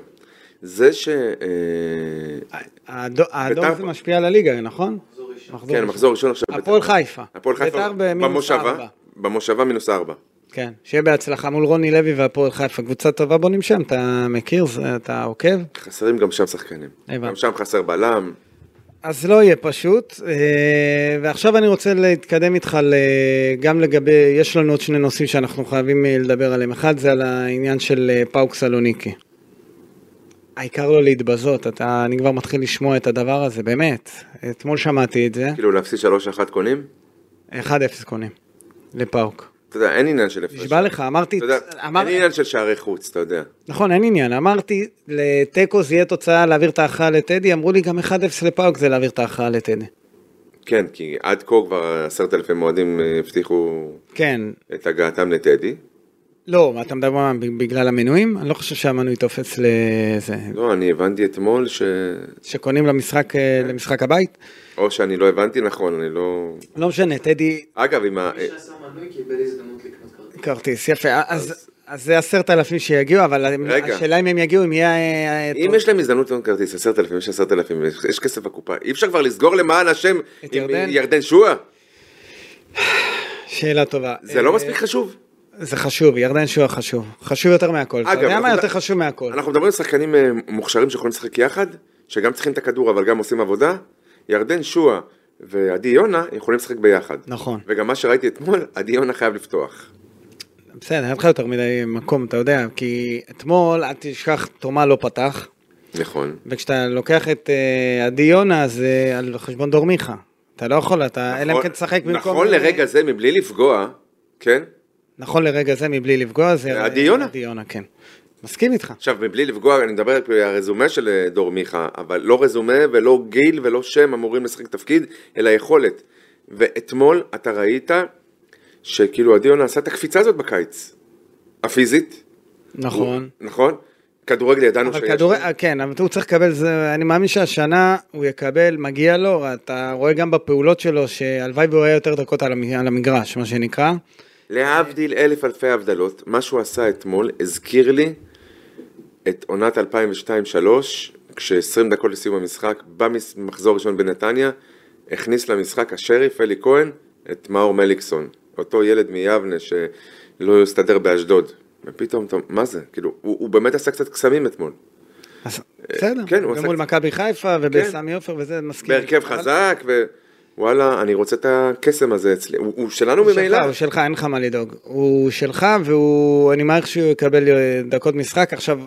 [SPEAKER 3] זה ש... אה,
[SPEAKER 2] האדום- האדום
[SPEAKER 3] בית"ר-
[SPEAKER 2] זה משפיע על הליגה, נכון? מחזור
[SPEAKER 3] כן, מחזור ראשון עכשיו.
[SPEAKER 2] הפועל
[SPEAKER 3] בית"ר.
[SPEAKER 2] חיפה.
[SPEAKER 3] הפועל חיפה.
[SPEAKER 2] בית"ר במינוס
[SPEAKER 3] במושבה.
[SPEAKER 2] ארבע.
[SPEAKER 3] במושבה אה מינוס ארבע.
[SPEAKER 2] כן, שיהיה בהצלחה מול רוני לוי והפועל חיפה, קבוצה טובה בונים שם, אתה מכיר, זה- אתה עוקב?
[SPEAKER 3] חסרים גם שם שחקנים.
[SPEAKER 2] הבנתי.
[SPEAKER 3] גם שם חסר בלם.
[SPEAKER 2] אז לא יהיה פשוט, אה, ועכשיו אני רוצה להתקדם איתך ל- גם לגבי, יש לנו עוד שני נושאים שאנחנו חייבים אה, לדבר עליהם, אחד זה על העניין של אה, פאוק סלוניקי. העיקר לא להתבזות, אתה, אני כבר מתחיל לשמוע את הדבר הזה, באמת, אתמול שמעתי את זה,
[SPEAKER 3] כאילו להפסיד 3-1 קונים? כאילו-
[SPEAKER 2] 1-0 קונים, לפאוק.
[SPEAKER 3] אתה יודע, אין עניין של הפרש.
[SPEAKER 2] נשבע לך, אמרתי,
[SPEAKER 3] אתה יודע, אין
[SPEAKER 2] אמר-
[SPEAKER 3] עניין של שערי חוץ, אתה יודע.
[SPEAKER 2] נכון, אין עניין. אמרתי, לתיקו זה יהיה תוצאה להעביר את ההכרעה לטדי, אמרו לי גם 1-0 לפאוק זה להעביר את ההכרעה לטדי.
[SPEAKER 3] כן, כי עד כה כבר עשרת אלפים אוהדים אה, הבטיחו
[SPEAKER 2] כן,
[SPEAKER 3] את הגעתם לטדי.
[SPEAKER 2] לא, מה, אתה מדבר מה, בגלל המנויים? אני לא חושב שהמנוי תופס לזה.
[SPEAKER 3] לא, אני הבנתי אתמול ש...
[SPEAKER 2] שקונים למשחק, אה, למשחק הבית?
[SPEAKER 3] או שאני לא הבנתי נכון, אני לא...
[SPEAKER 2] לא משנה, טדי
[SPEAKER 3] אגב, עם ה...
[SPEAKER 4] מי שעשה מנוי קיבל הזדמנות לקנות כרטיס.
[SPEAKER 2] כרטיס, יפה. אז... אז זה עשרת אלפים שיגיעו, אבל הם-
[SPEAKER 3] רגע.
[SPEAKER 2] השאלה אם הם יגיעו, אם יהיה... אה, אה,
[SPEAKER 3] אם
[SPEAKER 2] טוב.
[SPEAKER 3] יש להם הזדמנות לקנות כרטיס, עשרת אלפים, יש עשרת אלפים, יש כסף בקופה. אי אפשר כבר לסגור למען השם
[SPEAKER 2] את
[SPEAKER 3] עם
[SPEAKER 2] ירדן?
[SPEAKER 3] ירדן שועה?
[SPEAKER 2] שאלה טובה.
[SPEAKER 3] זה
[SPEAKER 2] אה,
[SPEAKER 3] לא מספיק חשוב.
[SPEAKER 2] זה חשוב, ירדן שועה חשוב. חשוב יותר מהכל. אתה
[SPEAKER 3] אגב,
[SPEAKER 2] יודע מה
[SPEAKER 3] אנחנו-
[SPEAKER 2] יותר חשוב מהכל?
[SPEAKER 3] אנחנו מדברים על שחקנים אה, מוכשרים שיכולים לשחק יחד, שגם צריכים את הכדור אבל גם עושים עבודה. ירדן שועה ועדי יונה יכולים לשחק ביחד.
[SPEAKER 2] נכון.
[SPEAKER 3] וגם מה שראיתי אתמול, עדי יונה חייב לפתוח.
[SPEAKER 2] בסדר, אין לך יותר מדי מקום, אתה יודע, כי אתמול, אל תשכח, תומה לא פתח,
[SPEAKER 3] נכון.
[SPEAKER 2] וכשאתה לוקח את אה, עדי יונה, אז אה, על חשבון דור מיכה. אתה לא יכול, אתה, אלא אם כן תשחק במקום...
[SPEAKER 3] נכון לרגע זה, מבלי לפגוע, כן?
[SPEAKER 2] נכון לרגע זה, מבלי לפגוע, זה...
[SPEAKER 3] עדי יונה.
[SPEAKER 2] עדי יונה, כן. מסכים איתך.
[SPEAKER 3] עכשיו, מבלי לפגוע, אני מדבר על הרזומה של אה, דור מיכה, אבל לא רזומה ולא גיל ולא שם אמורים לשחק תפקיד, אלא יכולת. ואתמול אתה ראית שכאילו עדי יונה עשה את הקפיצה הזאת בקיץ. הפיזית.
[SPEAKER 2] נכון.
[SPEAKER 3] הוא- נכון? כדורגל ידענו שיש.
[SPEAKER 2] אבל כדור... אה, כן, אבל הוא צריך לקבל, זה... אני מאמין שהשנה הוא יקבל, מגיע לו, אתה רואה גם בפעולות שלו, שהלוואי והוא היה יותר דקות על המ- על המגרש, מה שנקרא.
[SPEAKER 3] להבדיל אלף אלפי הבדלות, מה שהוא עשה אתמול הזכיר לי את עונת 2002-2003, כש-20 דקות לסיום המשחק, במחזור ראשון בנתניה, הכניס למשחק השריף אלי כהן את מאור מליקסון, אותו ילד מיבנה שלא הסתדר באשדוד. ופתאום, אתה- מה זה? כאילו, הוא, הוא באמת עשה קצת קסמים אתמול.
[SPEAKER 2] אז בסדר,
[SPEAKER 3] כן, הוא
[SPEAKER 2] ומול
[SPEAKER 3] עשה-
[SPEAKER 2] מכבי חיפה ובסמי עופר וזה מסכים.
[SPEAKER 3] בהרכב
[SPEAKER 2] כן, אבל-
[SPEAKER 3] חזק, ווואלה, אני רוצה את הקסם הזה אצלי. הוא, הוא שלנו
[SPEAKER 2] הוא
[SPEAKER 3] ממילא.
[SPEAKER 2] שלך, הוא שלך, אין לך מה לדאוג. הוא שלך, והוא, אני מעריך שהוא יקבל אה, דקות משחק. עכשיו,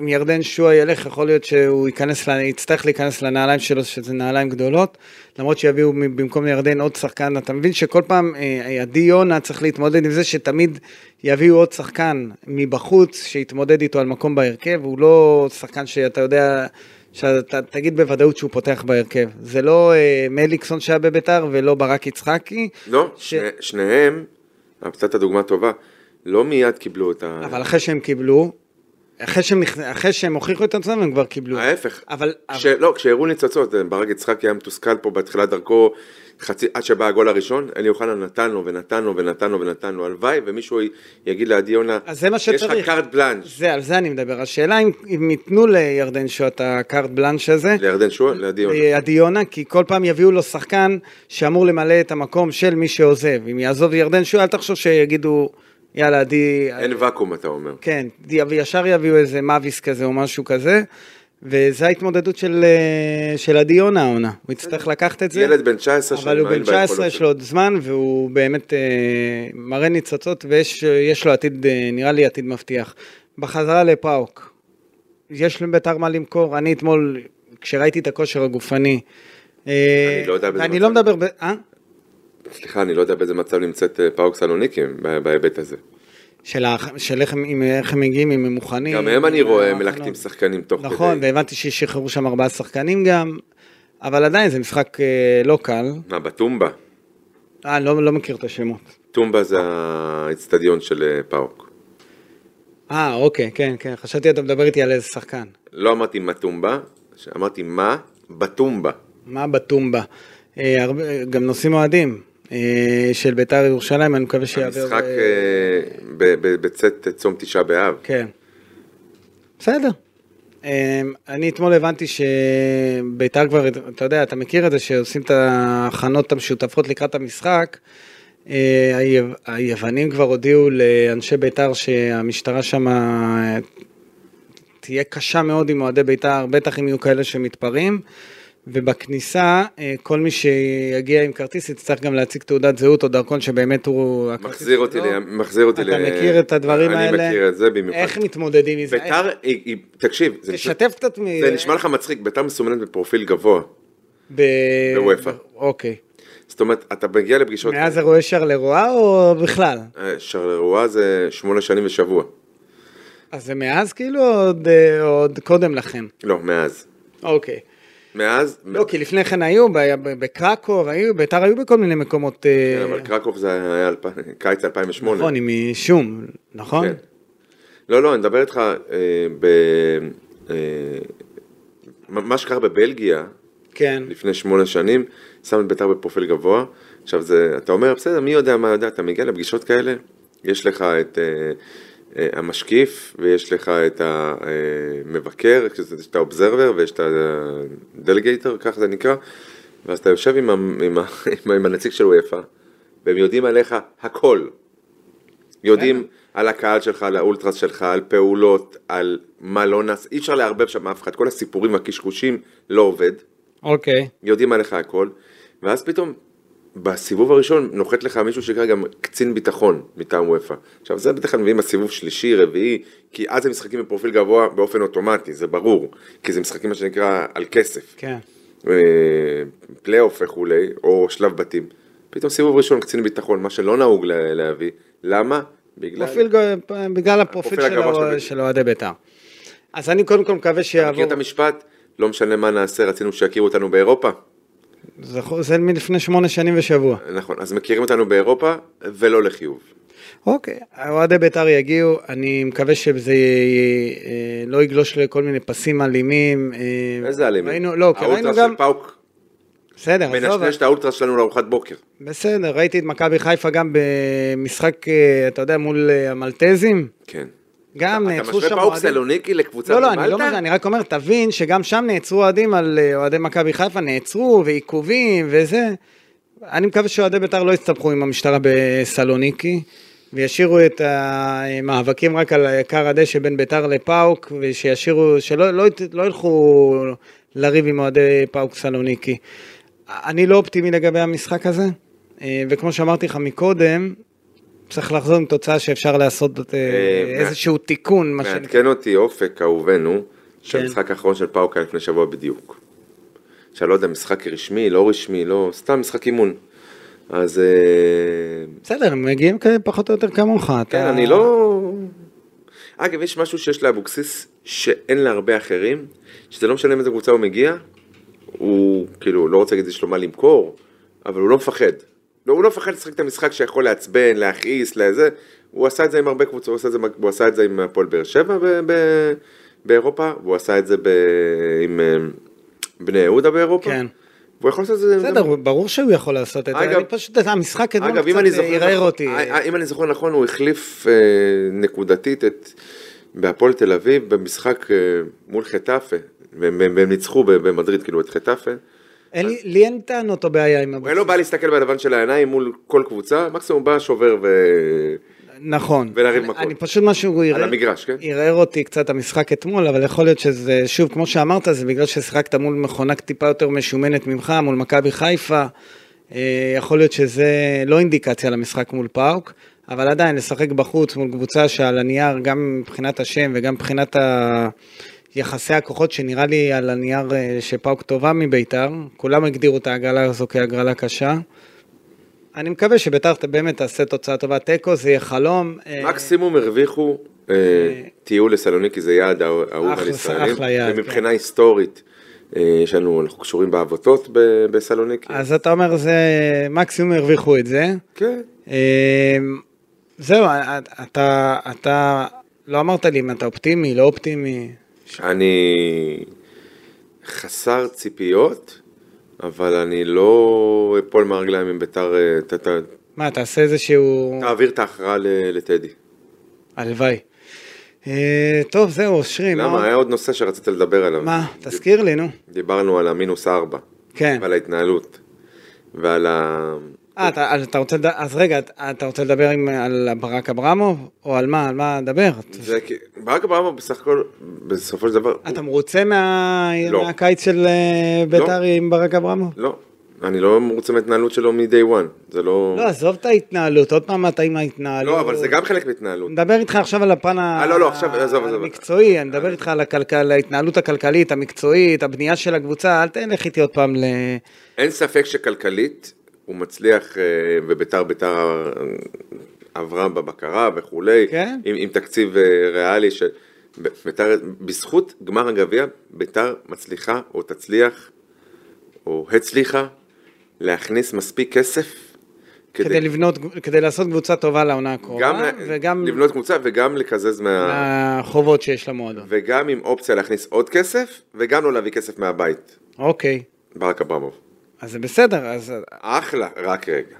[SPEAKER 2] אם ירדן שועה ילך, יכול להיות שהוא ייכנס, ל- יצטרך להיכנס לנעליים שלו, שזה נעליים גדולות. למרות שיביאו מ- במקום לירדן עוד שחקן, אתה מבין שכל פעם אה, עדי יונה צריך להתמודד עם זה שתמיד יביאו עוד שחקן מבחוץ, שיתמודד איתו על מקום בהרכב, הוא לא שחקן שאתה יודע... שאתה תגיד בוודאות שהוא פותח בהרכב. זה לא אה, מליקסון שהיה בביתר ולא ברק יצחקי.
[SPEAKER 3] לא,
[SPEAKER 2] ש-
[SPEAKER 3] ש... שניהם, נתת דוגמה טובה, לא מיד קיבלו את ה...
[SPEAKER 2] אבל אחרי שהם קיבלו, אחרי שהם, נכנ- אחרי שהם הוכיחו את עצמם הם כבר קיבלו.
[SPEAKER 3] ההפך.
[SPEAKER 2] אבל,
[SPEAKER 3] כש... לא, כשהראו ניצוצות, ברק יצחקי היה מתוסכל פה בתחילת דרכו, חצי, עד שבא הגול הראשון, אלי אוחנה נתן לו ונתן לו ונתן לו ונתן לו, הלוואי, ומישהו י- יגיד לעדי יונה,
[SPEAKER 2] אז זה מה
[SPEAKER 3] יש
[SPEAKER 2] שצריך.
[SPEAKER 3] לך קארט בלאנש,
[SPEAKER 2] זה, על זה אני מדבר. השאלה אם, אם ייתנו לירדן שואה את הקארט בלאנש הזה,
[SPEAKER 3] לירדן שועה, לעדי יונה.
[SPEAKER 2] עדי יונה, כי כל פעם יביאו לו שחקן שאמור למלא את המקום של מי שעוזב. אם יעזוב ירדן שואה, אל תחשוב שיגידו, יאללה, עדי...
[SPEAKER 3] אין ואקום, אתה אומר.
[SPEAKER 2] כן, יב- ישר יביאו איזה מאביס כזה או משהו כזה. וזה ההתמודדות של, אה, של עדי יונה העונה, הוא יצטרך לקחת את זה.
[SPEAKER 3] ילד בן 19
[SPEAKER 2] אבל הוא
[SPEAKER 3] שמאמין
[SPEAKER 2] בן 19,
[SPEAKER 3] ביכולות
[SPEAKER 2] יש לו עוד זמן, והוא באמת אה, מראה ניצוצות, ויש יש לו עתיד, אה, נראה לי עתיד מבטיח. בחזרה לפאוק, יש לביתר מה למכור, אני אתמול, כשראיתי את הכושר הגופני, אה,
[SPEAKER 3] אני לא יודע באיזה
[SPEAKER 2] ואני
[SPEAKER 3] מצב.
[SPEAKER 2] לא מדבר, ב... אה?
[SPEAKER 3] סליחה, אני לא יודע באיזה מצב נמצאת אה, פאוק סלוניקים ב- בהיבט הזה.
[SPEAKER 2] של, ה... של איך, הם, אם- איך הם מגיעים, אם הם מוכנים.
[SPEAKER 3] גם הם אני רואה
[SPEAKER 2] אה,
[SPEAKER 3] מלקטים שחקנים תוך כדי.
[SPEAKER 2] נכון, והבנתי ששחררו שם ארבעה שחקנים גם, אבל עדיין זה משחק אה, לא קל,
[SPEAKER 3] מה, בטומבה?
[SPEAKER 2] אה, לא, לא מכיר את השמות.
[SPEAKER 3] טומבה זה האיצטדיון של אה, פאוק.
[SPEAKER 2] אה, אוקיי, כן, כן, חשבתי אתה מדבר איתי על איזה שחקן.
[SPEAKER 3] לא אמרתי מה טומבה, אמרתי מה בטומבה.
[SPEAKER 2] מה בטומבה? אה, הרבה- גם נושאים אוהדים אה, של בית"ר ירושלים, אני מקווה שיעבור...
[SPEAKER 3] המשחק
[SPEAKER 2] אה,
[SPEAKER 3] אה, ב- ב- בצאת צום תשעה באב.
[SPEAKER 2] כן. בסדר. אמ, אני אתמול הבנתי שביתר כבר, אתה יודע, אתה מכיר את זה שעושים את ההכנות המשותפות לקראת המשחק. אה, היו- היוונים כבר הודיעו לאנשי ביתר שהמשטרה שם תהיה קשה מאוד עם אוהדי ביתר, בטח אם יהיו כאלה שמתפרעים. ובכניסה, אה, כל מי שיגיע עם כרטיס יצטרך גם להציג תעודת זהות או דרכון שבאמת הוא... הכרטיס
[SPEAKER 3] מחזיר אותי,
[SPEAKER 2] שלו.
[SPEAKER 3] ל- מחזיר אותי ל...
[SPEAKER 2] לא? אתה מכיר את הדברים האלה?
[SPEAKER 3] אני מכיר את זה במיוחד.
[SPEAKER 2] איך מתמודדים עם זה?
[SPEAKER 3] ביתר, היא- היא- תקשיב, זה נשמע-
[SPEAKER 2] תשתף אה, קצת מ...
[SPEAKER 3] זה נשמע לך מצחיק, ביתר מסומנת בפרופיל גבוה.
[SPEAKER 2] ב...
[SPEAKER 3] בוופא. לא
[SPEAKER 2] אוקיי.
[SPEAKER 3] זאת אומרת, אתה מגיע לפגישות...
[SPEAKER 2] מאז אירועי שרלרואה או בכלל?
[SPEAKER 3] אה, שרלרואה זה שמונה שנים ושבוע.
[SPEAKER 2] אז זה מאז כאילו או עוד, אה, עוד קודם לכן?
[SPEAKER 3] לא, מאז.
[SPEAKER 2] אוקיי.
[SPEAKER 3] מאז...
[SPEAKER 2] לא, כי לפני כן היו, ב- ב- בקרקוב, היו, ביתר היו בכל מיני מקומות... אה,
[SPEAKER 3] כן, אבל קרקוב זה היה אלפ- קיץ 2008.
[SPEAKER 2] נכון, עם שום, נכון?
[SPEAKER 3] כן. לא, לא, אני מדבר איתך אה, ב... אה, מה שקרה בבלגיה,
[SPEAKER 2] כן.
[SPEAKER 3] לפני שמונה שנים, שם את ביתר בפרופיל גבוה. עכשיו זה, אתה אומר, בסדר, מי יודע מה יודע, אתה מגיע לפגישות כאלה, יש לך את אה, אה, המשקיף, ויש לך את המבקר, שזה- יש את האובזרבר, ויש את הדלגייטר, כך זה נקרא, ואז אתה יושב עם, ה, עם, ה, עם, ה- עם הנציג של וופא, והם יודעים עליך הכל. יודעים על הקהל שלך, על האולטרס שלך, על פעולות, על מה לא נעשה, אי אפשר לערבב שם אף אחד, כל הסיפורים והקשקושים לא עובד.
[SPEAKER 2] אוקיי.
[SPEAKER 3] יודעים עליך הכל, ואז פתאום בסיבוב הראשון נוחת לך מישהו שנקרא גם קצין ביטחון מטעם וופא. עכשיו זה בדרך כלל מביאים בסיבוב שלישי, רביעי, כי אז הם משחקים בפרופיל גבוה באופן אוטומטי, זה ברור, כי זה משחקים מה שנקרא על כסף,
[SPEAKER 2] כן.
[SPEAKER 3] אה, פלייאוף וכולי, או שלב בתים. פתאום סיבוב ראשון קצין ביטחון, מה שלא נהוג לה- להביא, למה? בגלל...
[SPEAKER 2] פרופיל, גו- בגלל הפרופיל
[SPEAKER 3] הפרופיל
[SPEAKER 2] של
[SPEAKER 3] הגבוה של
[SPEAKER 2] האוה-
[SPEAKER 3] ביתר.
[SPEAKER 2] של אוהדי ביתר. אז אני קודם כל מקווה שיעבור...
[SPEAKER 3] מכיר את המשפט? לא משנה מה נעשה, רצינו שיכירו אותנו באירופה.
[SPEAKER 2] זה חו- זה מלפני שמונה שנים ושבוע.
[SPEAKER 3] נכון, אז מכירים אותנו באירופה, ולא לחיוב.
[SPEAKER 2] אוקיי, אוהדי בית"ר יגיעו, אני מקווה שזה אה, לא יגלוש לכל מיני פסים אלימים. אה,
[SPEAKER 3] איזה אלימים?
[SPEAKER 2] ראינו, לא, כי ראינו
[SPEAKER 3] האולטרס
[SPEAKER 2] גם...
[SPEAKER 3] של פאוק
[SPEAKER 2] בסדר, עזוב,
[SPEAKER 3] מנשנש את האולטרס שלנו לארוחת בוקר.
[SPEAKER 2] בסדר, ראיתי את מכבי חיפה גם במשחק, אה, אתה יודע, מול אה, המלטזים.
[SPEAKER 3] כן.
[SPEAKER 2] גם
[SPEAKER 3] אתה
[SPEAKER 2] נעצרו שם
[SPEAKER 3] משווה פאוק סלוניקי לקבוצה
[SPEAKER 2] לא, לא,
[SPEAKER 3] ממלטה?
[SPEAKER 2] אני לא מבין, אני רק אומר, תבין שגם שם נעצרו אוהדים על אה, אוהדי מכבי חיפה, נעצרו, ועיכובים, וזה. אני מקווה שאוהדי בית"ר לא יסתבכו עם המשטרה בסלוניקי, וישאירו את המאבקים רק על כר הדשא בין בית"ר לפאוק, ושישאירו, שלא לא, ית- לא ילכו לריב עם אוהדי פאוק סלוניקי. אני לא אופטימי לגבי המשחק הזה, אה, וכמו שאמרתי לך מקודם, צריך לחזור עם תוצאה שאפשר לעשות אה,
[SPEAKER 3] אה, כן,
[SPEAKER 2] איזשהו תיקון, מה כן. שנקרא.
[SPEAKER 3] מעדכן אותי אופק אהובנו, שהמשחק האחרון של פאוק היה לפני שבוע בדיוק. שאני לא יודע, משחק רשמי, לא רשמי, לא, סתם משחק אימון. אז אה,
[SPEAKER 2] בסדר, הם מגיעים כאלה פחות או יותר כמוך.
[SPEAKER 3] כן,
[SPEAKER 2] אתה-
[SPEAKER 3] אני לא... אגב, יש משהו שיש לאבוקסיס שאין להרבה אחרים, שזה לא משנה מאיזה קבוצה הוא מגיע, הוא כאילו, לא רוצה להגיד יש לו מה למכור, אבל הוא לא מפחד. לא, הוא לא מפחד לשחק את המשחק שיכול לעצבן, להכעיס, לזה. הוא עשה את זה עם הרבה קבוצות, הוא עשה את זה, הוא עשה את זה עם הפועל באר שבע ב- ב- באירופה, והוא עשה את זה ב... עם אה, בני יהודה באירופה.
[SPEAKER 2] כן.
[SPEAKER 3] והוא יכול לעשות את זה...
[SPEAKER 2] בסדר, הוא- ברור שהוא יכול לעשות את זה.
[SPEAKER 3] אגב-
[SPEAKER 2] אני פשוט, המשחק אתמול
[SPEAKER 3] אגב, אם אני
[SPEAKER 2] קצת
[SPEAKER 3] זוכר
[SPEAKER 2] ערער
[SPEAKER 3] נכון-
[SPEAKER 2] אותי.
[SPEAKER 3] אה, אה, אם אני זוכר נכון, הוא החליף אה, נקודתית את... בהפועל תל אביב במשחק אה, מול חטאפה, והם והם- והם ניצחו ב- במדריד כאילו את חטאפה.
[SPEAKER 2] אין לי- לי אין טענות או בעיה עם
[SPEAKER 3] הוא לא
[SPEAKER 2] הבוקר.
[SPEAKER 3] בא להסתכל בלבן של העיניים מול כל קבוצה, מקסימום בא שובר ו...
[SPEAKER 2] נכון.
[SPEAKER 3] ולריב
[SPEAKER 2] אני-
[SPEAKER 3] מכות.
[SPEAKER 2] אני פשוט משהו
[SPEAKER 3] על
[SPEAKER 2] ערער.
[SPEAKER 3] המגרש, כן?
[SPEAKER 2] ערער אותי קצת המשחק אתמול, אבל יכול להיות שזה, שוב, כמו שאמרת, זה בגלל ששיחקת מול מכונה טיפה יותר משומנת ממך, מול מכבי חיפה. אה, יכול להיות שזה לא אינדיקציה למשחק מול פארק, אבל עדיין, לשחק בחוץ מול קבוצה שעל הנייר, גם מבחינת השם וגם מבחינת ה... יחסי הכוחות שנראה לי על הנייר אה, שפאוק טובה מביתר, כולם הגדירו את ההגרלה הזו כהגרלה קשה. אני מקווה שביתר באמת תעשה תוצאה טובה, תיקו זה יהיה חלום. אה,
[SPEAKER 3] מקסימום הרוויחו אה, טיול לסלוניקי, זה יעד האו- האהוב
[SPEAKER 2] אחלה-
[SPEAKER 3] על ישראלים.
[SPEAKER 2] אחלה יעד, כן.
[SPEAKER 3] ומבחינה היסטורית, אה, יש לנו, אנחנו קשורים בעבותות ב- בסלוניקי.
[SPEAKER 2] אז אתה אומר זה, מקסימום הרוויחו את זה.
[SPEAKER 3] כן.
[SPEAKER 2] אמ, זהו, אה, אתה, אתה לא אמרת לי אם אתה אופטימי, לא אופטימי.
[SPEAKER 3] אני חסר ציפיות, אבל אני לא אפול מהרגליים אם ביתר אה, ת- ת-
[SPEAKER 2] מה, תעשה איזשהו...
[SPEAKER 3] תעביר את ההכרעה ל- לטדי.
[SPEAKER 2] הלוואי. אה, טוב, זהו, אושרי, מה עוד?
[SPEAKER 3] למה? היה עוד נושא שרצית לדבר עליו.
[SPEAKER 2] מה? תזכיר לי, נו.
[SPEAKER 3] דיברנו על המינוס ארבע,
[SPEAKER 2] כן.
[SPEAKER 3] ועל ההתנהלות, ועל ה...
[SPEAKER 2] אה, אתה, אז אתה רוצה, לד- אז רגע, אתה- אתה רוצה לדבר עם, על ברק אברמוב? או על מה, על מה לדבר?
[SPEAKER 3] זה כי... ברק אברהם בסך הכל, בסופו של דבר,
[SPEAKER 2] אתה מרוצה מה...
[SPEAKER 3] לא.
[SPEAKER 2] מהקיץ של אה, בית"ר עם ברק אברמוב?
[SPEAKER 3] לא. אני לא מרוצה מההתנהלות שלו מ-day one, זה לא...
[SPEAKER 2] לא, עזוב את ההתנהלות, עוד פעם אתה עם ההתנהלות.
[SPEAKER 3] לא, אבל זה גם חלק מהתנהלות.
[SPEAKER 2] אני מדבר איתך עכשיו על הפן ה-
[SPEAKER 3] אה, לא, לא, עכשיו, עזוב, עזוב.
[SPEAKER 2] המקצועי, אני מדבר איתך על הכלכל- ההתנהלות הכלכלית, המקצועית, הבנייה של הקבוצה, אל תלך איתי עוד פעם ל...
[SPEAKER 3] אין ספק שכלכלית הוא מצליח, אה, וביתר ביתר אה, עברה בבקרה וכולי,
[SPEAKER 2] כן.
[SPEAKER 3] עם, עם תקציב אה, ריאלי, ש... ב- ביתר, בזכות גמר הגביע, ביתר מצליחה או תצליח, או הצליחה, להכניס מספיק כסף
[SPEAKER 2] כדי לבנות, כדי לעשות קבוצה טובה לעונה
[SPEAKER 3] גם,
[SPEAKER 2] הקרובה,
[SPEAKER 3] לה-
[SPEAKER 2] וגם
[SPEAKER 3] לבנות קבוצה וגם לקזז מה...
[SPEAKER 2] החובות שיש למועדון.
[SPEAKER 3] וגם עם אופציה להכניס עוד כסף, וגם לא להביא כסף מהבית,
[SPEAKER 2] אוקיי,
[SPEAKER 3] ברק אברמוב.
[SPEAKER 2] אז זה בסדר, אז
[SPEAKER 3] אחלה, רק רגע.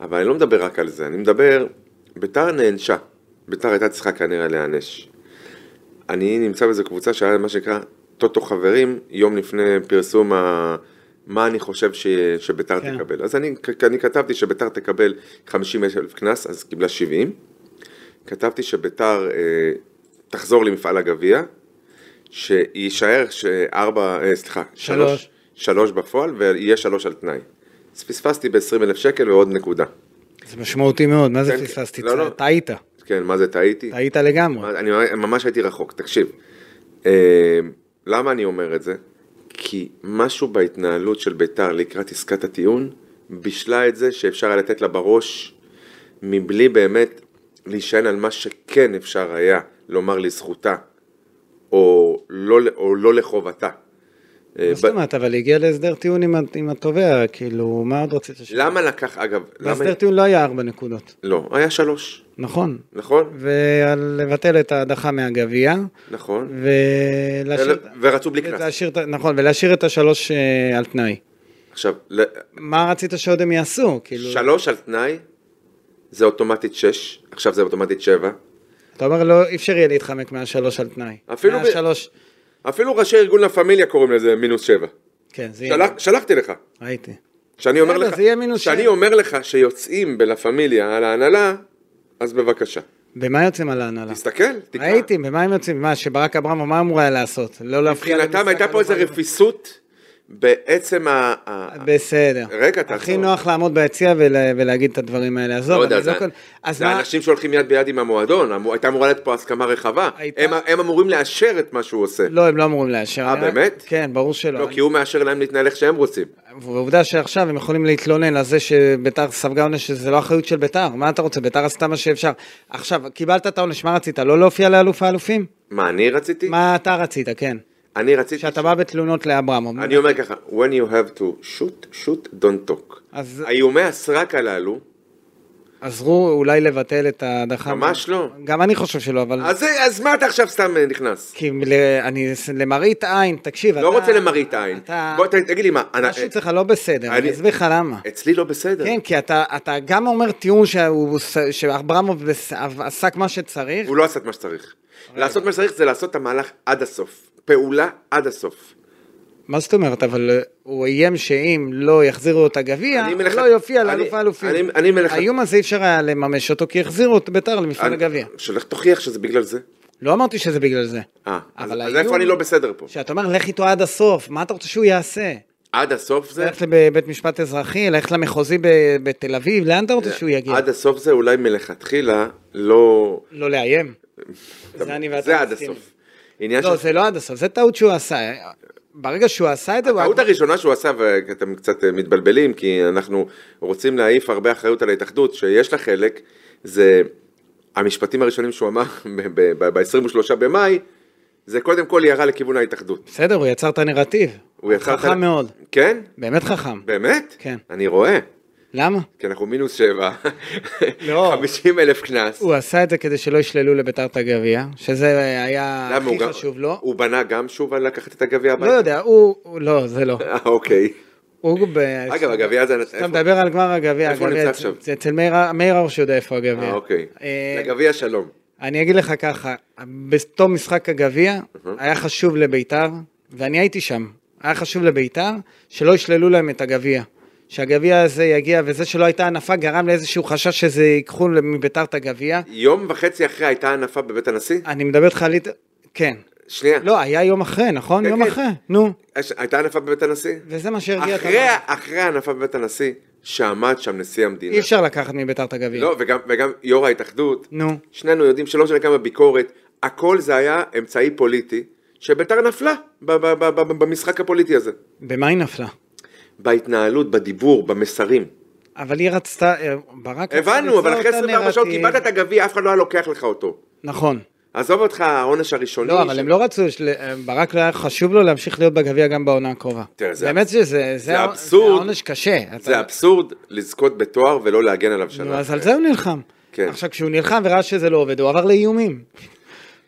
[SPEAKER 3] אבל אני לא מדבר רק על זה, אני מדבר, ביתר נענשה. ביתר הייתה צריכה כנראה להיענש. אני נמצא באיזו קבוצה שהיה מה שנקרא טוטו חברים, יום לפני פרסום ה... מה אני חושב ש... שביתר
[SPEAKER 2] כן.
[SPEAKER 3] כן. תקבל. אז אני, כ- אני כתבתי שביתר תקבל 50 אלף קנס, אז קיבלה 70. כתבתי שביתר אה, תחזור למפעל הגביע, שיישאר שארבע, אה, סליחה,
[SPEAKER 2] שלוש.
[SPEAKER 3] שלוש, שלוש בפועל ויהיה שלוש על תנאי. אז פספסתי ב-20 אלף שקל ועוד נקודה.
[SPEAKER 2] זה משמעותי מאוד, מה זה
[SPEAKER 3] כן,
[SPEAKER 2] פספסתי?
[SPEAKER 3] לא, לא.
[SPEAKER 2] טעית,
[SPEAKER 3] כן, מה זה, טעיתי?
[SPEAKER 2] טעית לגמרי.
[SPEAKER 3] אני ממש הייתי רחוק, תקשיב. אה, למה אני אומר את זה? כי משהו בהתנהלות של ביתר לקראת עסקת הטיעון, בישלה את זה שאפשר היה לתת לה בראש, מבלי באמת להישען על מה שכן אפשר היה לומר לזכותה, או לא, או לא לחובתה. אה,
[SPEAKER 2] מה זאת אומרת, אבל היא הגיעה להסדר טיעון עם ה- עם התובע, כאילו, מה עוד רצית ש...
[SPEAKER 3] למה לקח, אגב, למה...
[SPEAKER 2] בהסדר טיעון לא היה ארבע נקודות,
[SPEAKER 3] לא, היה שלוש,
[SPEAKER 2] נכון.
[SPEAKER 3] נכון?
[SPEAKER 2] ולבטל את ההדחה מהגביע,
[SPEAKER 3] נכון.
[SPEAKER 2] ולהשאיר...
[SPEAKER 3] ורצו בלי קנס.
[SPEAKER 2] ולהשאיר את ה- נכון, ולהשאיר את השלוש אה, על תנאי.
[SPEAKER 3] עכשיו, ל-
[SPEAKER 2] מה רצית שעוד הם יעשו? כאילו,
[SPEAKER 3] שלוש על תנאי, זה אוטומטית שש, עכשיו זה אוטומטית שבע.
[SPEAKER 2] אתה אומר לא, אי אפשר יהיה להתחמק מהשלוש על תנאי.
[SPEAKER 3] אפילו ב-
[SPEAKER 2] מהשלוש,
[SPEAKER 3] אפילו ראשי ארגון לה פמיליה קוראים לזה מינוס שבע.
[SPEAKER 2] כן, זה יהיה,
[SPEAKER 3] שלח, שלחתי לך.
[SPEAKER 2] ראיתי.
[SPEAKER 3] שאני אומר
[SPEAKER 2] בסדר,
[SPEAKER 3] לך,
[SPEAKER 2] זה יהיה מינוס
[SPEAKER 3] שאני
[SPEAKER 2] שבע.
[SPEAKER 3] אומר לך שיוצאים בלה פמיליה על ההנהלה, אז בבקשה.
[SPEAKER 2] במה יוצאים על ההנהלה?
[SPEAKER 3] תסתכל, תקרא.
[SPEAKER 2] ראיתי, במה הם יוצאים? מה, שברק אברהם, מה אמור היה לעשות? לא להפריע
[SPEAKER 3] מבחינתם הייתה פה
[SPEAKER 2] על אה,
[SPEAKER 3] איזו
[SPEAKER 2] הבית?
[SPEAKER 3] רפיסות בעצם ה... ה-
[SPEAKER 2] בסדר.
[SPEAKER 3] רגע, תעצור.
[SPEAKER 2] הכי נוח לעמוד ביציע ולה- ולהגיד את הדברים האלה. עזוב,
[SPEAKER 3] לא יודע,
[SPEAKER 2] אני
[SPEAKER 3] זה,
[SPEAKER 2] כל- אז
[SPEAKER 3] זה
[SPEAKER 2] מה...
[SPEAKER 3] אנשים שהולכים יד ביד עם המועדון, אמור- הייתה אמורה להיות פה הסכמה רחבה,
[SPEAKER 2] הייתה-
[SPEAKER 3] הם, הם אמורים לאשר את מה שהוא עושה.
[SPEAKER 2] לא, הם לא אמורים לאשר.
[SPEAKER 3] אה,
[SPEAKER 2] אני רק-
[SPEAKER 3] באמת?
[SPEAKER 2] כן, ברור שלא.
[SPEAKER 3] לא,
[SPEAKER 2] אני-
[SPEAKER 3] כי הוא מאשר להם להתנהל איך שהם רוצים.
[SPEAKER 2] ועובדה שעכשיו הם יכולים להתלונן על זה שביתר ספגה עונש, שזה לא אחריות של ביתר, מה אתה רוצה? ביתר עשתה מה שאפשר. עכשיו, קיבלת את העונש, מה רצית? לא להופיע לאלוף האלופים?
[SPEAKER 3] מה, אני רציתי?
[SPEAKER 2] מה אתה רצית, כן.
[SPEAKER 3] אני רציתי...
[SPEAKER 2] כשאתה בא בתלונות לאברהם.
[SPEAKER 3] אני אומר ככה, when you have to shoot, shoot, don't talk.
[SPEAKER 2] אז
[SPEAKER 3] האיומי הסרק הללו,
[SPEAKER 2] עזרו אולי לבטל את ההדחה.
[SPEAKER 3] ממש לא.
[SPEAKER 2] גם אני חושב שלא, אבל...
[SPEAKER 3] אז זה- אז מה אתה עכשיו סתם אה, נכנס?
[SPEAKER 2] כי ל- אני למראית עין, תקשיב,
[SPEAKER 3] לא רוצה למראית עין.
[SPEAKER 2] אתה-
[SPEAKER 3] בוא, ת- תגיד לי מה, אני-
[SPEAKER 2] משהו אצלך לא בסדר, אני
[SPEAKER 3] אה, אני-
[SPEAKER 2] אסביר לך למה.
[SPEAKER 3] אצלי לא בסדר.
[SPEAKER 2] כן, כי אתה, אתה גם אומר טיעון שהוא- שאברמוב בס- עסק מה שצריך,
[SPEAKER 3] הוא לא עשה את מה שצריך.
[SPEAKER 2] אוקיי.
[SPEAKER 3] לעשות מה שצריך זה לעשות את המהלך עד הסוף. פעולה עד הסוף.
[SPEAKER 2] מה זאת אומרת? אבל אה, הוא איים שאם לא יחזירו את הגביע,
[SPEAKER 3] אני מלכת-
[SPEAKER 2] לא יופיע
[SPEAKER 3] אני-
[SPEAKER 2] לאלוף האלופים.
[SPEAKER 3] אני- אני מלכת-
[SPEAKER 2] האיום הזה אי אפשר היה לממש אותו, כי החזירו את ביתר למפעל
[SPEAKER 3] אני-
[SPEAKER 2] הגביע.
[SPEAKER 3] שלך תוכיח שזה בגלל זה.
[SPEAKER 2] לא אמרתי שזה בגלל זה.
[SPEAKER 3] אה, אז
[SPEAKER 2] אבל
[SPEAKER 3] אז
[SPEAKER 2] האיום-
[SPEAKER 3] איפה אני לא בסדר פה?
[SPEAKER 2] שאתה אומר, לך איתו עד הסוף, מה אתה רוצה שהוא יעשה?
[SPEAKER 3] עד הסוף זה?
[SPEAKER 2] ללכת לבית משפט אזרחי, ללכת למחוזי ב- בתל אביב, לאן אתה רוצה שהוא יגיע?
[SPEAKER 3] עד הסוף זה אולי מלכתחילה לא...
[SPEAKER 2] לא לאיים. זה אני ואתה
[SPEAKER 3] זה עד
[SPEAKER 2] מסכימים.
[SPEAKER 3] הסוף. עניין
[SPEAKER 2] לא,
[SPEAKER 3] של
[SPEAKER 2] זה לא עד הסוף, זה טעות שהוא עשה. אה, ברגע שהוא עשה את זה, הוא היה-
[SPEAKER 3] הטעות הראשונה שהוא עשה, ואתם קצת אה, מתבלבלים, כי אנחנו רוצים להעיף הרבה אחריות על ההתאחדות, שיש לה חלק, זה המשפטים הראשונים שהוא אמר ב-23 במאי, זה קודם כל ירה לכיוון ההתאחדות.
[SPEAKER 2] בסדר, הוא יצר את הנרטיב.
[SPEAKER 3] הוא יצר את ה-
[SPEAKER 2] חכם מאוד,
[SPEAKER 3] כן?
[SPEAKER 2] באמת חכם.
[SPEAKER 3] באמת?
[SPEAKER 2] כן.
[SPEAKER 3] אני רואה,
[SPEAKER 2] למה?
[SPEAKER 3] כי אנחנו מינוס שבע,
[SPEAKER 2] לא.
[SPEAKER 3] 50 אלף קנס.
[SPEAKER 2] הוא עשה את זה כדי שלא ישללו לביתר את הגביע, שזה היה
[SPEAKER 3] למה,
[SPEAKER 2] הכי
[SPEAKER 3] הוא גם-
[SPEAKER 2] חשוב לו.
[SPEAKER 3] הוא בנה גם שוב על לקחת את הגביע
[SPEAKER 2] לא
[SPEAKER 3] הביתה?
[SPEAKER 2] יודע, הוא, הוא- לא, זה לא.
[SPEAKER 3] אה, אוקיי.
[SPEAKER 2] הוא ב...
[SPEAKER 3] אגב, הגביע זה...
[SPEAKER 2] אתה מדבר על גמר הגביע,
[SPEAKER 3] איפה הוא
[SPEAKER 2] הגביע
[SPEAKER 3] נמצא
[SPEAKER 2] אצל-
[SPEAKER 3] עכשיו?
[SPEAKER 2] זה אצל מאיר- מאיר ארוש יודע איפה הגביע.
[SPEAKER 3] אה, אוקיי.
[SPEAKER 2] אה,
[SPEAKER 3] לגביע שלום.
[SPEAKER 2] אני אגיד לך ככה, בתום משחק הגביע, היה חשוב לביתר, ואני הייתי שם, היה חשוב לביתר, שלא ישללו להם את הגביע. שהגביע הזה יגיע, וזה שלא הייתה הנפה גרם לאיזשהו חשש שזה ייקחו מביתר את הגביע.
[SPEAKER 3] יום וחצי אחרי הייתה הנפה בבית הנשיא?
[SPEAKER 2] אני מדבר איתך על... ליט- כן.
[SPEAKER 3] שנייה.
[SPEAKER 2] לא, היה יום אחרי, נכון?
[SPEAKER 3] כן,
[SPEAKER 2] יום
[SPEAKER 3] כן.
[SPEAKER 2] אחרי, נו.
[SPEAKER 3] הש- הייתה הנפה בבית הנשיא?
[SPEAKER 2] וזה מה שהרגיע את
[SPEAKER 3] אחרי,
[SPEAKER 2] המערכת.
[SPEAKER 3] אחרי ההנפה בבית הנשיא, שעמד שם נשיא המדינה.
[SPEAKER 2] אי אפשר לקחת מביתר את הגביע.
[SPEAKER 3] לא, וגם, וגם יו"ר ההתאחדות.
[SPEAKER 2] נו.
[SPEAKER 3] שנינו יודעים שלא משנה כמה ביקורת, הכל זה היה אמצעי פוליטי, שביתר נפלה ב- ב- ב- ב- במשחק הפוליטי הזה.
[SPEAKER 2] במה היא נפלה?
[SPEAKER 3] בהתנהלות, בדיבור, במסרים.
[SPEAKER 2] כן, אבל היא רצתה, אה, ברק... רצה
[SPEAKER 3] הבנו,
[SPEAKER 2] ליצור
[SPEAKER 3] אבל אחרי
[SPEAKER 2] אותה
[SPEAKER 3] 24 שעות
[SPEAKER 2] נרטיב.
[SPEAKER 3] קיבלת את הגביע, אף אחד לא היה לוקח לך אותו.
[SPEAKER 2] נכון.
[SPEAKER 3] עזוב אותך העונש הראשוני.
[SPEAKER 2] לא, אבל
[SPEAKER 3] ש-
[SPEAKER 2] הם לא רצו, של- אה, ברק לא היה חשוב לו להמשיך להיות בגביע גם בעונה הקרובה.
[SPEAKER 3] תראה, זה-
[SPEAKER 2] באמת שזה,
[SPEAKER 3] זה
[SPEAKER 2] ה-
[SPEAKER 3] אבסורד.
[SPEAKER 2] זה עונש קשה.
[SPEAKER 3] זה אבסורד לזכות בתואר ולא להגן עליו שנה.
[SPEAKER 2] נו, אז על
[SPEAKER 3] אחרי.
[SPEAKER 2] זה הוא נלחם.
[SPEAKER 3] כן.
[SPEAKER 2] עכשיו, כשהוא נלחם וראה שזה לא עובד, הוא עבר לאיומים.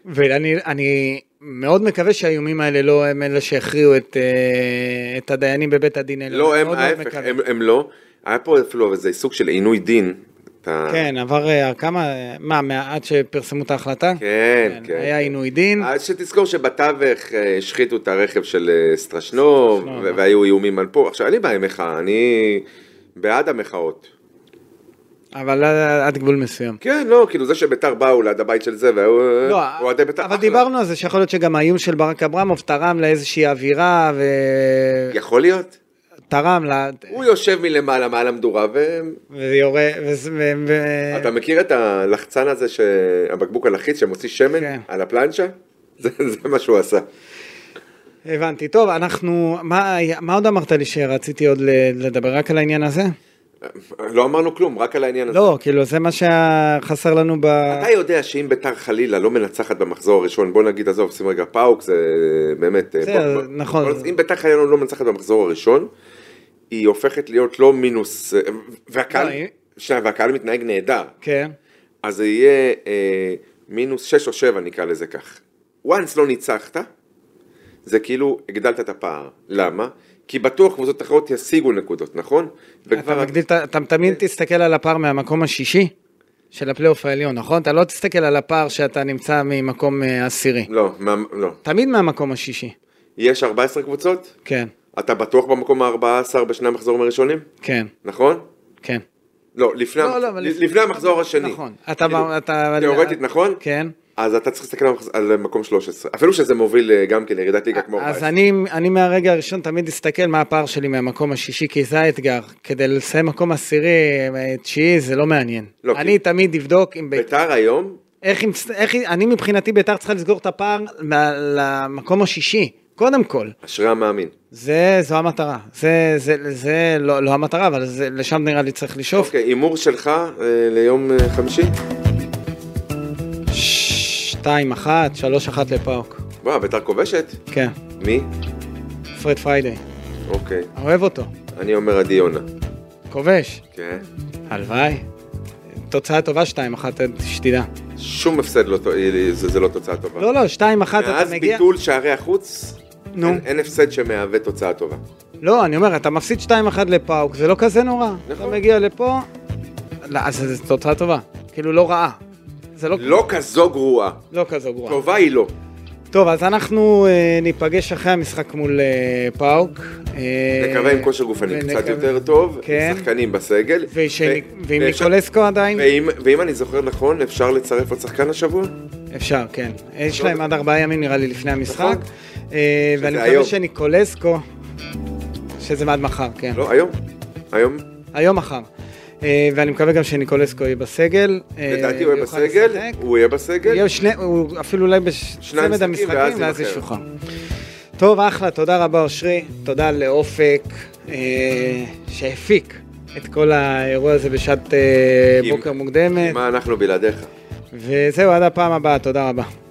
[SPEAKER 2] ואני אני מאוד מקווה שהאיומים האלה לא הם אלה שהכריעו את, אה, את הדיינים בבית הדין. אלא
[SPEAKER 3] לא,
[SPEAKER 2] אני
[SPEAKER 3] הם,
[SPEAKER 2] כן, מאוד מאוד
[SPEAKER 3] ההפך,
[SPEAKER 2] מקווה.
[SPEAKER 3] הם, הם לא. היה פה אפילו איזה סוג של עינוי דין. אתה-
[SPEAKER 2] כן, עבר אה, כמה, אה, מה, מה- עד שפרסמו את ההחלטה?
[SPEAKER 3] כן, כן.
[SPEAKER 2] היה עינוי דין.
[SPEAKER 3] אז שתזכור שבתווך אה, השחיתו את הרכב של אה, סטרשנוב, ו-
[SPEAKER 2] נכון.
[SPEAKER 3] והיו איומים על פה. עכשיו, אין לי בעיה עם מחאה, אני בעד המחאות.
[SPEAKER 2] אבל עד- עד גבול מסוים.
[SPEAKER 3] כן, לא, כאילו זה שביתר באו ליד הבית של זה, והיו אה,
[SPEAKER 2] לא,
[SPEAKER 3] אוהדי ביתר.
[SPEAKER 2] אבל
[SPEAKER 3] אחלה.
[SPEAKER 2] דיברנו על זה שיכול להיות שגם האיום של ברק אברמוב תרם לאיזושהי אווירה
[SPEAKER 3] יכול להיות.
[SPEAKER 2] ותרם ל...
[SPEAKER 3] הוא יושב מלמעלה, מעל המדורה, ואתה
[SPEAKER 2] ויורה... וזה- ו- ו-
[SPEAKER 3] מכיר את הלחצן הזה, ש- הבקבוק הלחיץ שמוציא שמן
[SPEAKER 2] כן.
[SPEAKER 3] על הפלנצ'ה? זה זה מה שהוא עשה.
[SPEAKER 2] הבנתי. טוב, אנחנו... מה היה- מה עוד אמרת לי שרציתי עוד ל- לדבר? רק על העניין הזה?
[SPEAKER 3] לא אמרנו כלום, רק על העניין הזה.
[SPEAKER 2] לא, אה, כאילו, זה מה שחסר לנו ב...
[SPEAKER 3] אתה יודע שאם ביתר חלילה לא מנצחת במחזור הראשון, בוא נגיד, עזוב, שים רגע פאוק, זה באמת... אה,
[SPEAKER 2] בסדר,
[SPEAKER 3] בוא- בוא-
[SPEAKER 2] נכון.
[SPEAKER 3] בוא נס- אם ביתר חלילה לא מנצחת במחזור הראשון, היא הופכת להיות לא מינוס... אה, והקהל...
[SPEAKER 2] לא, היא-
[SPEAKER 3] שנייה, והקהל מתנהג נהדר.
[SPEAKER 2] כן.
[SPEAKER 3] אז זה יהיה אה, מינוס 6 או 7 נקרא לזה כך. once לא ניצחת, זה כאילו הגדלת את הפער. למה? כי בטוח קבוצות אחרות ישיגו נקודות, נכון?
[SPEAKER 2] אתה מגדיל... את ה- אתה תמיד
[SPEAKER 3] אה.
[SPEAKER 2] תסתכל על הפער מהמקום השישי של הפלייאוף העליון, נכון? אתה לא תסתכל על הפער שאתה נמצא ממקום אה, עשירי.
[SPEAKER 3] לא, מה, לא.
[SPEAKER 2] תמיד מהמקום השישי.
[SPEAKER 3] יש 14 קבוצות?
[SPEAKER 2] כן,
[SPEAKER 3] אתה בטוח במקום ה-14 בשני המחזורים הראשונים?
[SPEAKER 2] כן,
[SPEAKER 3] נכון?
[SPEAKER 2] כן.
[SPEAKER 3] לא, לפני,
[SPEAKER 2] לא, לא,
[SPEAKER 3] המח-
[SPEAKER 2] אבל
[SPEAKER 3] ל- לפני המחזור השני.
[SPEAKER 2] נכון. אתה...
[SPEAKER 3] כאילו,
[SPEAKER 2] בא- אתה...
[SPEAKER 3] תיאורטית, נכון?
[SPEAKER 2] כן.
[SPEAKER 3] אז אתה צריך להסתכל על המחז- על מקום 13. אפילו שזה מוביל אה, גם כן לירידת ליגה כמו 14.
[SPEAKER 2] אז אני, אני מהרגע הראשון תמיד אסתכל מה הפער שלי מהמקום השישי, כי זה האתגר. כדי לסיים מקום עשירי, אה, תשיעי, זה לא מעניין.
[SPEAKER 3] לא,
[SPEAKER 2] אני
[SPEAKER 3] כי-
[SPEAKER 2] תמיד אבדוק אם... בית...
[SPEAKER 3] ביתר היום,
[SPEAKER 2] איך, היא מס- איך, היא- אני מבחינתי ביתר צריכה לסגור את הפער מה- למקום השישי, קודם כל.
[SPEAKER 3] אשרי המאמין.
[SPEAKER 2] זה, זו המטרה. זה, זה, זה לא, לא המטרה, אבל זה, לשם נראה לי צריך לשאוף.
[SPEAKER 3] אוקיי, הימור שלך אה, ליום אה, חמישי?
[SPEAKER 2] שתיים, אחת, שלוש, אחת לפאוק.
[SPEAKER 3] וואו, ביתר כובשת?
[SPEAKER 2] כן,
[SPEAKER 3] מי?
[SPEAKER 2] פרד פריידי.
[SPEAKER 3] אוקיי.
[SPEAKER 2] אוהב אותו.
[SPEAKER 3] אני אומר עדי יונה.
[SPEAKER 2] כובש.
[SPEAKER 3] כן.
[SPEAKER 2] הלוואי. תוצאה טובה 2-1, שתדע.
[SPEAKER 3] שום הפסד לא טוב, זה זה לא תוצאה טובה.
[SPEAKER 2] לא, לא, 2-1 אתה
[SPEAKER 3] מאז
[SPEAKER 2] מגיע...
[SPEAKER 3] ביטול שערי החוץ,
[SPEAKER 2] נו.
[SPEAKER 3] אין- אין הפסד שמהווה תוצאה טובה.
[SPEAKER 2] לא, אני אומר, אתה מפסיד 2-1 לפאוק, זה לא כזה נורא. אתה
[SPEAKER 3] נכון.
[SPEAKER 2] מגיע לפה, לא, אז זו תוצאה טובה. כאילו, לא רעה. זה לא...
[SPEAKER 3] לא כזו גרועה.
[SPEAKER 2] לא כזו גרועה.
[SPEAKER 3] טובה היא לא.
[SPEAKER 2] טוב, אז אנחנו אה, ניפגש אחרי המשחק מול אה, פאוק. אה,
[SPEAKER 3] נקווה עם כושר גופני
[SPEAKER 2] ונקווה-
[SPEAKER 3] קצת יותר טוב,
[SPEAKER 2] כן.
[SPEAKER 3] עם שחקנים בסגל.
[SPEAKER 2] וש-
[SPEAKER 3] ו-
[SPEAKER 2] ועם
[SPEAKER 3] ואפשר-
[SPEAKER 2] ניקולסקו עדיין?
[SPEAKER 3] ואם- ואם אני זוכר נכון, אפשר לצרף עוד שחקן השבוע?
[SPEAKER 2] אפשר, כן. יש
[SPEAKER 3] לא
[SPEAKER 2] להם
[SPEAKER 3] יודע.
[SPEAKER 2] עד ארבעה ימים נראה לי לפני המשחק.
[SPEAKER 3] נכון.
[SPEAKER 2] אה,
[SPEAKER 3] שזה
[SPEAKER 2] ואני מקווה
[SPEAKER 3] היום.
[SPEAKER 2] שניקולסקו, שזה עד מחר, כן.
[SPEAKER 3] לא, היום. היום.
[SPEAKER 2] היום מחר. אה, ואני מקווה גם שניקולסקו יהיה בסגל. אה,
[SPEAKER 3] לדעתי הוא יהיה
[SPEAKER 2] ויוכל
[SPEAKER 3] בסגל,
[SPEAKER 2] לשחק.
[SPEAKER 3] הוא יהיה בסגל.
[SPEAKER 2] יהיה שני, הוא אפילו אולי בצמד
[SPEAKER 3] משחקים,
[SPEAKER 2] המשחקים,
[SPEAKER 3] ואז
[SPEAKER 2] ואז
[SPEAKER 3] ייבחר.
[SPEAKER 2] ישוחרר. טוב, אחלה, תודה רבה אושרי, תודה לאופק, אה, שהפיק את כל האירוע הזה בשעת אה,
[SPEAKER 3] עם-
[SPEAKER 2] בוקר מוקדמת,
[SPEAKER 3] מה אנחנו בלעדיך?
[SPEAKER 2] וזהו, עד הפעם הבאה, תודה רבה.